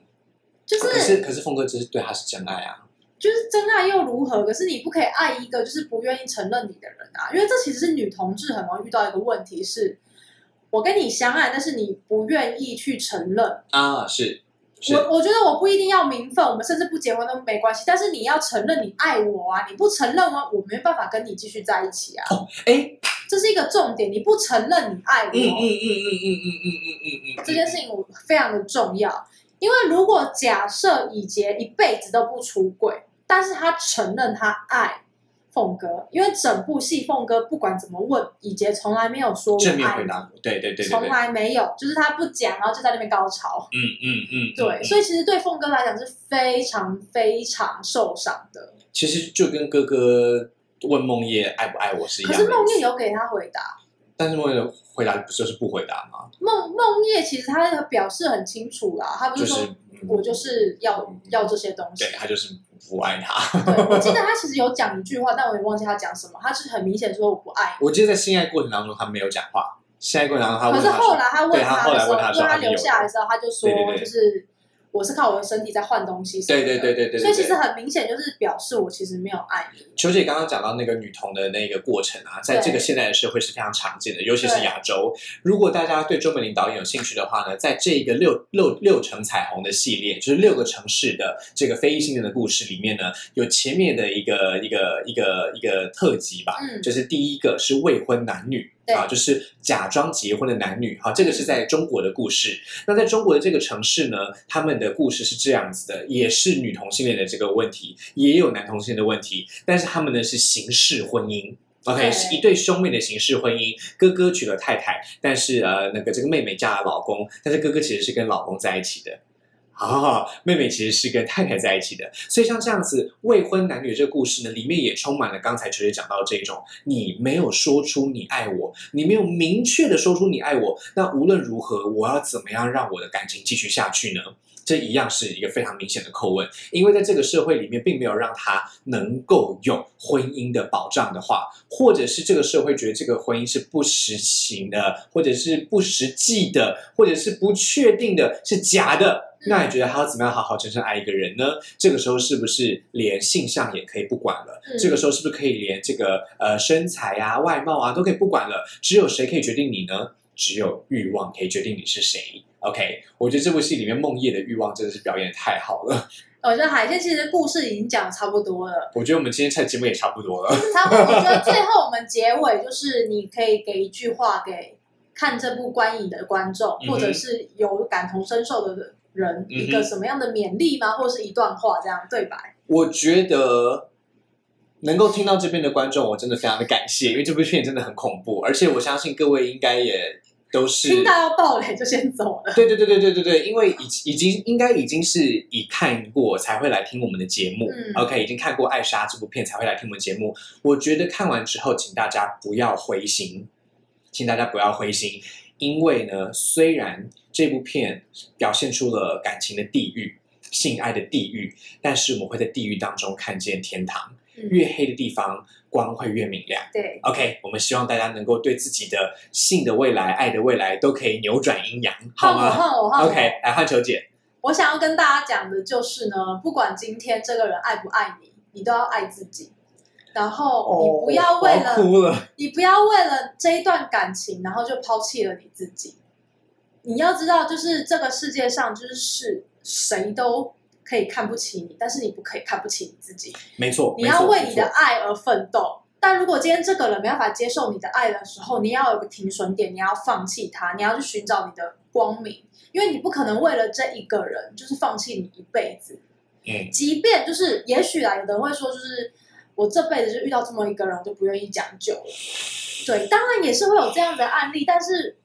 Speaker 2: 就
Speaker 1: 可是可是凤哥只是对他是真爱啊，
Speaker 2: 就是真爱又如何？可是你不可以爱一个就是不愿意承认你的人啊，因为这其实是女同志很容易遇到一个问题是。我跟你相爱，但是你不愿意去承认。
Speaker 1: 啊是是
Speaker 2: 我我觉得我不一定要名分，我们甚至不结婚都没关系。但是你要承认你爱我啊！你不承认我，我没办法跟你继续在一起啊！
Speaker 1: 哎，
Speaker 2: 这是一个重点，你不承认你爱我，
Speaker 1: 嗯嗯嗯嗯嗯嗯嗯嗯嗯嗯，
Speaker 2: 这件事情我非常的重要，因为如果假设以杰一辈子都不出轨，但是他承认他爱，凤哥，因为整部戏凤哥不管怎么问，以杰从来没有说我
Speaker 1: 正面
Speaker 2: 爱
Speaker 1: 回
Speaker 2: 你，
Speaker 1: 答过，对对对对
Speaker 2: 从
Speaker 1: 对，
Speaker 2: 来没有，就是他不讲，然后就在那边高潮。
Speaker 1: 嗯嗯嗯，
Speaker 2: 对，
Speaker 1: 嗯
Speaker 2: 所以其实对凤哥来讲是非常非常受伤的。
Speaker 1: 其实就跟哥哥问梦叶爱不爱我是一
Speaker 2: 可
Speaker 1: 样的意
Speaker 2: 是
Speaker 1: 思。
Speaker 2: 梦叶有给他回答，
Speaker 1: 但是梦叶的回答不是就是不回答吗？
Speaker 2: 梦梦叶其实他的表示很清楚啦，他不
Speaker 1: 就是
Speaker 2: 说
Speaker 1: 是
Speaker 2: 我就是要
Speaker 1: 嗯
Speaker 2: 要这些东西啊
Speaker 1: 对。他就是不爱 他。
Speaker 2: 对，我记得他其实有讲一句话，但我也忘记他讲什么。他是很明显说我不爱你，
Speaker 1: 我记得在性爱过程当中他没有讲话，性爱过程当中他
Speaker 2: 可
Speaker 1: 问
Speaker 2: 是
Speaker 1: 他
Speaker 2: 后
Speaker 1: 说，
Speaker 2: 来他问
Speaker 1: 对他
Speaker 2: 他
Speaker 1: 后
Speaker 2: 的
Speaker 1: 来
Speaker 2: 时候，
Speaker 1: 问他的时候
Speaker 2: 他
Speaker 1: 他没有
Speaker 2: 留下来的时候，他就说
Speaker 1: 对对对
Speaker 2: 就是我是靠我的身体在换东西什么
Speaker 1: 对
Speaker 2: 的。
Speaker 1: 对对对对
Speaker 2: 所以
Speaker 1: 对
Speaker 2: 其实
Speaker 1: 对。
Speaker 2: 很明显就是表示我其实没有爱你。
Speaker 1: 球姐刚刚讲到那个女童的那个过程啊，在这个
Speaker 2: 对
Speaker 1: 现代的社会是非常常见的，尤其是
Speaker 2: 对
Speaker 1: 亚洲。如果大家对周美玲导演有兴趣的话呢，在这个六六六城彩虹的系列，就是六个城市的这个非裔新人的故事里面呢，有前面的一个一个一个一个特辑吧，
Speaker 2: 嗯，
Speaker 1: 就是第一个是未婚男女
Speaker 2: 对
Speaker 1: 啊，就是假装结婚的男女哈、啊，这个是在中国的故事。那在中国的这个城市呢，他们的故事是这样子的，也是女同性恋的这个问题，也有男同性恋的问题，但是他们呢是形式婚姻。OK，
Speaker 2: 对
Speaker 1: 是一对兄妹的形式婚姻，哥哥娶了太太，但是呃，那个这个妹妹嫁了老公，但是哥哥其实是跟老公在一起的。啊、妹妹其实是跟太太在一起的，所以像这样子未婚男女这个故事呢，里面也充满了刚才球姐讲到的这种，你没有说出你爱我，你没有明确的说出你爱我，那无论如何，我要怎么样让我的感情继续下去呢？这一样是一个非常明显的叩问，因为在这个社会里面，并没有让他能够有婚姻的保障的话，或者是这个社会觉得这个婚姻是不实行的，或者是不实际的，或者是不确定的，是假的。那你觉得他要怎么样好好真正爱一个人呢？这个时候是不是连性向也可以不管了？
Speaker 2: 嗯
Speaker 1: 这个时候是不是可以连这个呃身材啊、外貌啊都可以不管了？只有谁可以决定你呢？只有欲望可以决定你是谁。OK，我觉得这部戏里面梦叶的欲望真的是表演得太好了。
Speaker 2: 我觉得哦海鲜其实故事已经讲得差不多了，
Speaker 1: 我觉得我们今天这节目也差不多了。
Speaker 2: 差不多。我觉得最后我们结尾就是你可以给一句话给看这部观影的观众，
Speaker 1: 嗯哼
Speaker 2: 或者是有感同身受的人，一
Speaker 1: 嗯
Speaker 2: 个
Speaker 1: 哼
Speaker 2: 什么样的勉励吗？或者是一段话这样对白？
Speaker 1: 我觉得能够听到这边的观众，我真的非常的感谢，因为这部片真的很恐怖，而且我相信各位应该也都是
Speaker 2: 听到要爆雷就先走了。
Speaker 1: 对对对对对对对，因为已已经应该已经是已看过才会来听我们的节目、
Speaker 2: 嗯
Speaker 1: o k 已经看过《艾莎》这部片才会来听我们节目。我觉得看完之后，请大家不要灰心，请大家不要灰心，因为呢，虽然这部片表现出了感情的地狱、性爱的地狱，但是我们会在地狱当中看见天堂。
Speaker 2: 嗯
Speaker 1: 越黑的地方，光会越明亮。
Speaker 2: 对，
Speaker 1: OK，我们希望大家能够对自己的性的未来、爱的未来都可以扭转阴阳，好
Speaker 2: 换我，
Speaker 1: 吗
Speaker 2: 换我，换我。
Speaker 1: ？OK，来换球姐，
Speaker 2: 我想要跟大家讲的就是呢，不管今天这个人爱不爱你，你都要爱自己。然后你不要为了、
Speaker 1: 哦我哭了，
Speaker 2: 你不要为了这一段感情，然后就抛弃了你自己。你要知道，就是这个世界上，就是是谁都可以看不起你，但是你不可以看不起你自己。
Speaker 1: 没错，
Speaker 2: 你要
Speaker 1: 没错
Speaker 2: 为你的
Speaker 1: 没错
Speaker 2: 爱而奋斗。但如果今天这个人没办法接受你的爱的时候，你要有个停损点，你要放弃他，你要去寻找你的光明，因为你不可能为了这一个人就是放弃你一辈子。
Speaker 1: 嗯，
Speaker 2: 即便就是，也许啊，有的人会说，就是我这辈子就遇到这么一个人，我就不愿意将就了。对，当然也是会有这样的案例，但是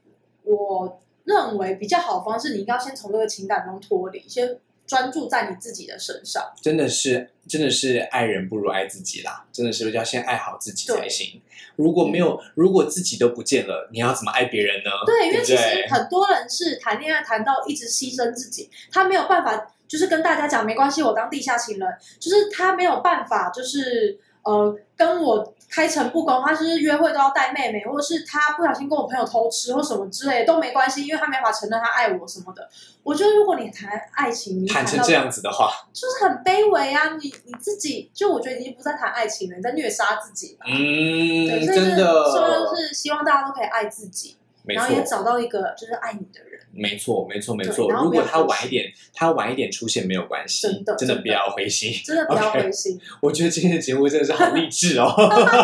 Speaker 2: 我认为比较好的方式，你应该要先从这个情感中脱离，先专注在你自己的身上。
Speaker 1: 真的是真的是爱人不如爱自己啦，真的是要先爱好自己才行。如果没有，如果自己都不见了，你要怎么爱别人呢？
Speaker 2: 对，因
Speaker 1: 对
Speaker 2: 为
Speaker 1: 不
Speaker 2: 其实
Speaker 1: 对？
Speaker 2: 很多人是谈恋爱谈到一直牺牲自己，他没有办法，就是跟大家讲没关系，我当地下情人，就是他没有办法，就是呃跟我开诚布公，他就是约会都要带妹妹，或者是他不小心跟我朋友偷吃或什么之类的都没关系，因为他没法承认他爱我什么的。我觉得如果你谈爱情，你
Speaker 1: 谈成
Speaker 2: 到
Speaker 1: 这样子的话，
Speaker 2: 就是很卑微啊，你你自己就我觉得已经不在谈爱情了，你在虐杀自己了。
Speaker 1: 嗯，
Speaker 2: 对，所以就是
Speaker 1: 真的，
Speaker 2: 说是希望大家都可以爱自己，
Speaker 1: 没
Speaker 2: 然
Speaker 1: 错
Speaker 2: 后，也找到一个就是爱你的人。
Speaker 1: 没错，没错，没
Speaker 2: 对
Speaker 1: 错。
Speaker 2: 然后
Speaker 1: 如
Speaker 2: 不要
Speaker 1: 果他
Speaker 2: 灰
Speaker 1: 晚
Speaker 2: 心
Speaker 1: 一点，他晚一点出现没有关系，
Speaker 2: 真的
Speaker 1: 真的
Speaker 2: 真
Speaker 1: 不
Speaker 2: 的
Speaker 1: 要灰心。
Speaker 2: 真的不要灰心。
Speaker 1: 我觉得今天的节目真的是好励志 哦。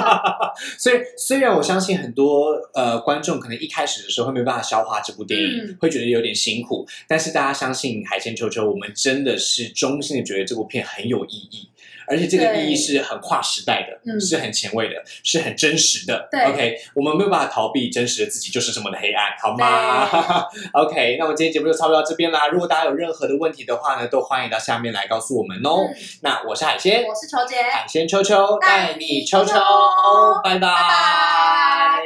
Speaker 1: 所以虽然我相信很多呃观众可能一开始的时候会没办法消化这部电影，
Speaker 2: 嗯
Speaker 1: 会觉得有点辛苦，但是大家相信海鲜球球，我们真的是衷心的觉得这部片很有意义。而且这个
Speaker 2: 对
Speaker 1: 意义是很跨时代的，
Speaker 2: 嗯
Speaker 1: 是很前卫的，是很真实的。
Speaker 2: 对
Speaker 1: OK，我们没有办法逃避真实的自己就是这么的黑暗，好吗 ？OK，那我们今天节目就差不多到这边啦。如果大家有任何的问题的话呢，都欢迎到下面来告诉我们哦。
Speaker 2: 嗯，
Speaker 1: 那我是海鲜，
Speaker 2: 我是球姐，
Speaker 1: 海鲜秋秋
Speaker 2: 带
Speaker 1: 带
Speaker 2: 你
Speaker 1: 你
Speaker 2: 秋
Speaker 1: 秋
Speaker 2: 秋
Speaker 1: 秋，拜拜
Speaker 2: 拜